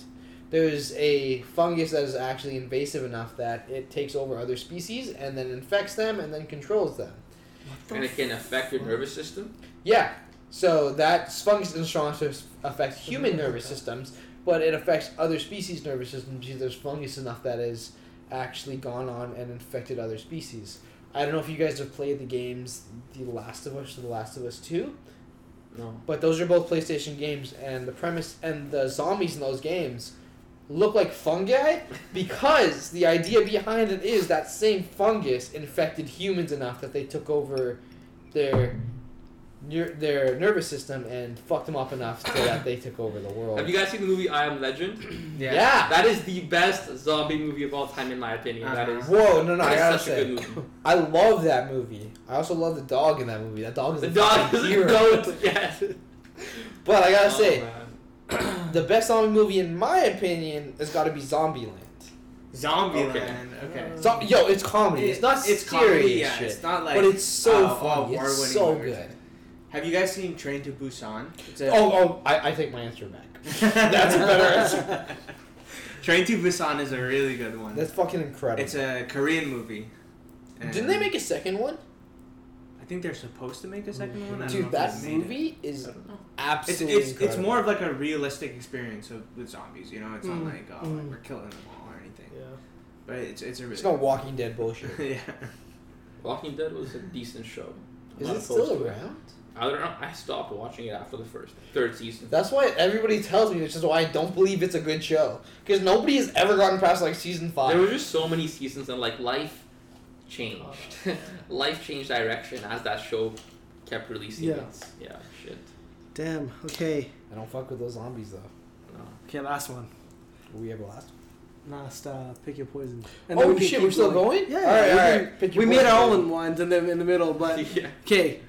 S4: There's a fungus that is actually invasive enough that it takes over other species and then infects them and then controls them.
S5: And it can affect your
S3: fuck?
S5: nervous system.
S4: Yeah. So that fungus is strong to affect human nervous systems, but it affects other species' nervous systems because there's fungus enough that has actually gone on and infected other species. I don't know if you guys have played the games The Last of Us or The Last of Us 2,
S5: No.
S4: but those are both PlayStation games, and the premise and the zombies in those games look like fungi because the idea behind it is that same fungus infected humans enough that they took over their ner- their nervous system and fucked them up enough so that they took over the world.
S5: Have you guys seen the movie I Am Legend?
S4: yeah.
S5: That is the best zombie movie of all time, in my opinion. That
S2: Uh-huh.
S5: is.
S4: Whoa, no, no, I
S5: that is
S4: gotta
S5: such
S4: say,
S5: a good movie.
S4: I love that movie. I also love the dog in that movie. That dog is
S5: The
S4: a
S5: dog
S4: fucking
S5: is a
S4: hero.
S5: goat. Yes.
S4: But I gotta
S5: Oh,
S4: say,
S5: man.
S4: the best zombie movie in my opinion has got to be Zombieland.
S2: Zombie
S5: Okay.
S2: Land. Okay.
S4: Zo- yo, it's comedy. it's not serious
S2: comedy, yeah,
S4: shit,
S2: It's not like.
S4: but it's so
S2: uh, all
S4: funny. It's
S2: award-winning
S4: so
S2: movies.
S4: good.
S2: Have you guys seen Train to Busan? It's a-
S4: Oh, oh, I, I take my answer back. That's a better answer.
S2: Train to Busan is a really good one.
S4: That's fucking incredible.
S2: it's a Korean movie. And
S4: Didn't they make a second one?
S2: I think they're supposed to make a second one. I don't know
S4: Dude,
S2: if they
S4: that
S2: made it.
S4: movie is
S5: I don't know.
S2: It's
S4: absolutely
S2: it's, it's
S4: incredible.
S2: more of like a realistic experience of, with zombies. You know, it's
S3: Mm.
S2: not like oh
S3: Mm.
S2: we're killing them all or anything.
S3: Yeah.
S2: But it's it's a really
S4: It's no Walking Dead bullshit.
S2: yeah.
S5: Walking Dead was a decent show. I'm
S4: Is
S5: not
S4: it
S5: opposed
S4: still
S5: to
S4: around?
S5: I don't know. I stopped watching it after the first, third season.
S4: That's why everybody tells me, which is why I don't believe it's a good show. Because nobody has ever gotten past like season five.
S5: There were just so many seasons, and like life changed.
S4: Uh.
S5: life changed direction as that show kept releasing.
S3: Yeah.
S5: It's, yeah. Shit.
S3: Damn. Okay.
S4: I don't fuck with those zombies though.
S5: No.
S3: Okay, last one.
S4: Were we ever last?
S3: Last, uh, pick your poison.
S4: oh
S3: then we can
S4: shit,
S3: keep
S4: we're still going?
S3: Yeah.
S4: All right,
S3: we
S4: all
S3: can-
S4: right. Pick your
S3: We made our
S4: poison.
S3: own ones in the in the middle, but
S5: yeah.
S3: okay.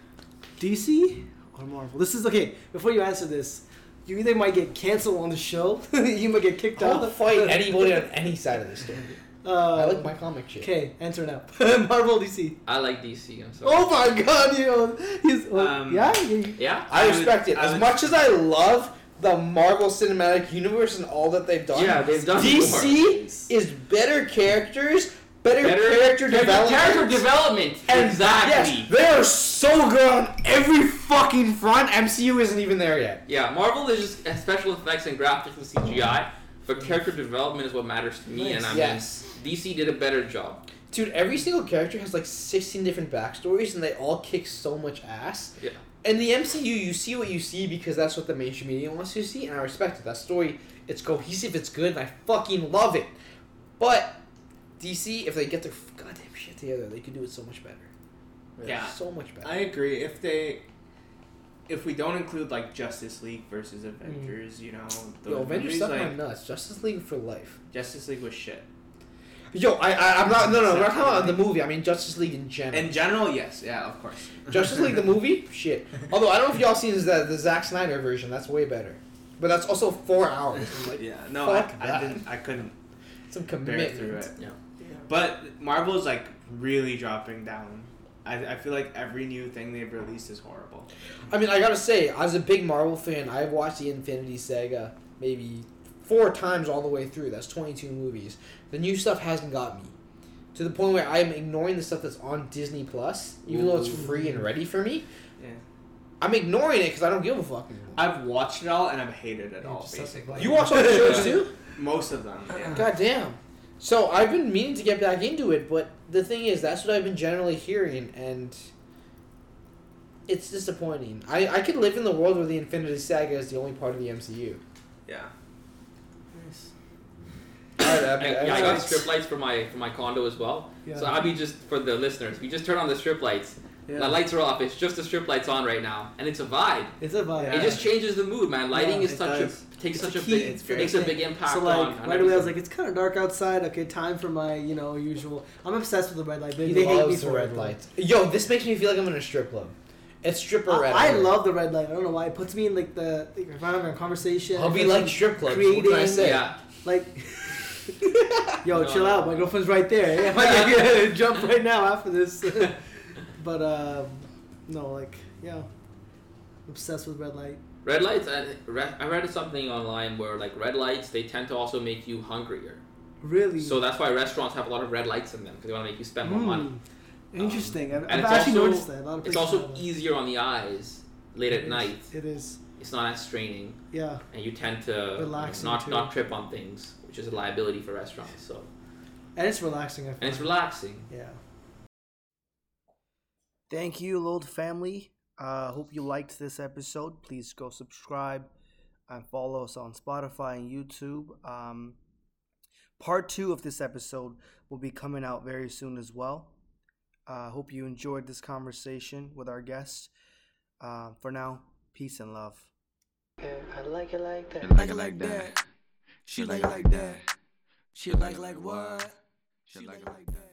S3: DC or Marvel? This is okay. Before you answer this, you either might get canceled on the show, you might get kicked
S4: I'll
S3: out.
S4: fight anybody on any side of the story.
S3: Uh,
S4: I like my comic shit.
S3: Okay, answer now. Marvel, DC.
S5: I like DC. I'm sorry.
S4: Oh my god, you know.
S3: He's, well,
S2: Um,
S3: yeah. you-
S5: Yeah.
S4: I
S2: I
S4: respect
S2: would-
S4: it.
S2: I
S4: As
S2: would-
S4: much as I love the Marvel Cinematic Universe and all that they've done,
S5: Yeah, they've done
S4: DC is better characters, better,
S5: Better
S4: character development.
S5: Character development.
S4: and
S5: exactly.
S4: Yes, they are so good on every fucking front. MCU isn't even there yet.
S5: Yeah, Marvel is just uh, special effects and graphics and CGI, but character development is what matters to me. And I mean,
S4: Yes.
S5: DC did a better job.
S4: Dude, every single character has like 16 different backstories and they all kick so much ass.
S5: Yeah.
S4: In the MCU, you see what you see because that's what the mainstream media wants you to see, and I respect it. That story, it's cohesive, it's good, and I fucking love it. But DC, if they get their f- goddamn shit together, they could do it so much better.
S2: Yeah.
S4: So much better.
S2: I agree. If they if we don't include like Justice League versus Avengers, you know,
S4: Yo, Avengers
S2: movies,
S4: stuff
S2: like
S4: my nuts. Justice League for life.
S2: Justice League was shit.
S4: Yo, I, I I'm not no no, we're not talking about the movie. I mean Justice League in general.
S2: In general, yes, yeah, of course.
S4: Justice League the movie, shit. Although I don't know if y'all seen the the Zack Snyder version. That's way better. But that's also four hours. I'm Like,
S2: yeah, no, I,
S4: Fuck
S2: I
S4: that.
S2: didn't, I couldn't
S4: Some
S2: bear through
S4: commitment.
S2: it.
S5: Yeah.
S2: But Marvel's like really dropping down. I, I feel like every new thing they've released is horrible.
S4: I mean, I gotta say, as a big Marvel fan, I've watched the Infinity Saga maybe four times all the way through. That's 22 movies. The new stuff hasn't got me to the point where I'm ignoring the stuff that's on Disney Plus, even though it's
S5: Ooh.
S4: free and ready for me.
S2: Yeah.
S4: I'm ignoring it because I don't give a fuck. anymore.
S2: I've watched it all and I've hated it
S3: Yeah,
S2: all,
S3: just doesn't
S2: basically.
S3: bother
S4: You watch all the shows too?
S2: Most of them. Yeah.
S4: God damn. So I've been meaning to get back into it, but the thing is, that's what I've been generally hearing, and it's disappointing. I, I could live in the world where the Infinity Saga is the only part of the MCU.
S2: Yeah.
S3: that
S5: I,
S3: happened.
S5: yeah, I got
S3: It's-
S5: strip lights for my for my condo as well.
S3: Yeah.
S5: So I'll be just for the listeners. If you just turn on the strip lights, the
S2: Yeah.
S5: lights are off. It's just the strip lights on right now, and it's a vibe.
S3: It's a vibe.
S2: Yeah.
S5: It just changes the mood, man. Lighting
S3: Yeah,
S5: is
S2: it
S5: such
S2: does.
S5: a takes
S3: It's
S5: such
S3: a
S5: a
S3: key-
S5: big
S3: it's
S2: very
S5: makes a big
S2: big.
S5: impact
S3: so
S5: on.
S3: like
S5: on
S3: right away, I was
S5: everything.
S3: like, it's kind of dark outside. Okay, time for my you know usual. I'm obsessed with the red light. They,
S10: They
S3: they hate me
S10: loves
S3: for
S10: the red
S3: it.
S10: lights.
S4: Yo, this makes me feel like I'm in a strip club. It's stripper red.
S3: I, I
S4: alert.
S3: love the red light. I don't know why. It puts me in like the like, if I'm having a conversation.
S4: I'll
S3: if
S4: be
S3: I'm
S4: like strip clubs. What can I
S3: creating-
S4: say?
S5: yeah,
S3: like. Yo,
S5: No,
S3: chill
S5: no.
S3: out. My girlfriend's right there. If I can jump right now after this. but um, no, like yeah, obsessed with red light.
S5: red lights. I, re- I read something online where like red lights they tend to also make you hungrier.
S3: Really.
S5: So that's why restaurants have a lot of red lights in them because they want to make you spend more
S3: Mm.
S5: money.
S3: Interesting. I've,
S5: Um, and
S3: I've
S5: it's
S3: actually
S5: also-
S3: noticed that. A lot of
S5: It's
S3: places
S5: also
S3: have that.
S5: easier on the eyes late
S3: It
S5: at
S3: is.
S5: night.
S3: It is.
S5: It's not as straining,
S3: Yeah.
S5: and you tend to
S3: Relaxing
S5: not
S3: too.
S5: not trip on things, which is a liability for restaurants. So
S3: And it's relaxing. I find.
S5: and it's relaxing.
S3: Yeah. Thank you, Lold family. Uh, hope you liked this episode. Please go subscribe and follow us on Spotify and YouTube. Um, part two of this episode will be coming out very soon as well. Uh, hope you enjoyed this conversation with our guest. Uh, for now, peace and love.
S1: Yeah, I like it like that.
S9: She like it like that. She like it like that. She like it like what? She like it like that.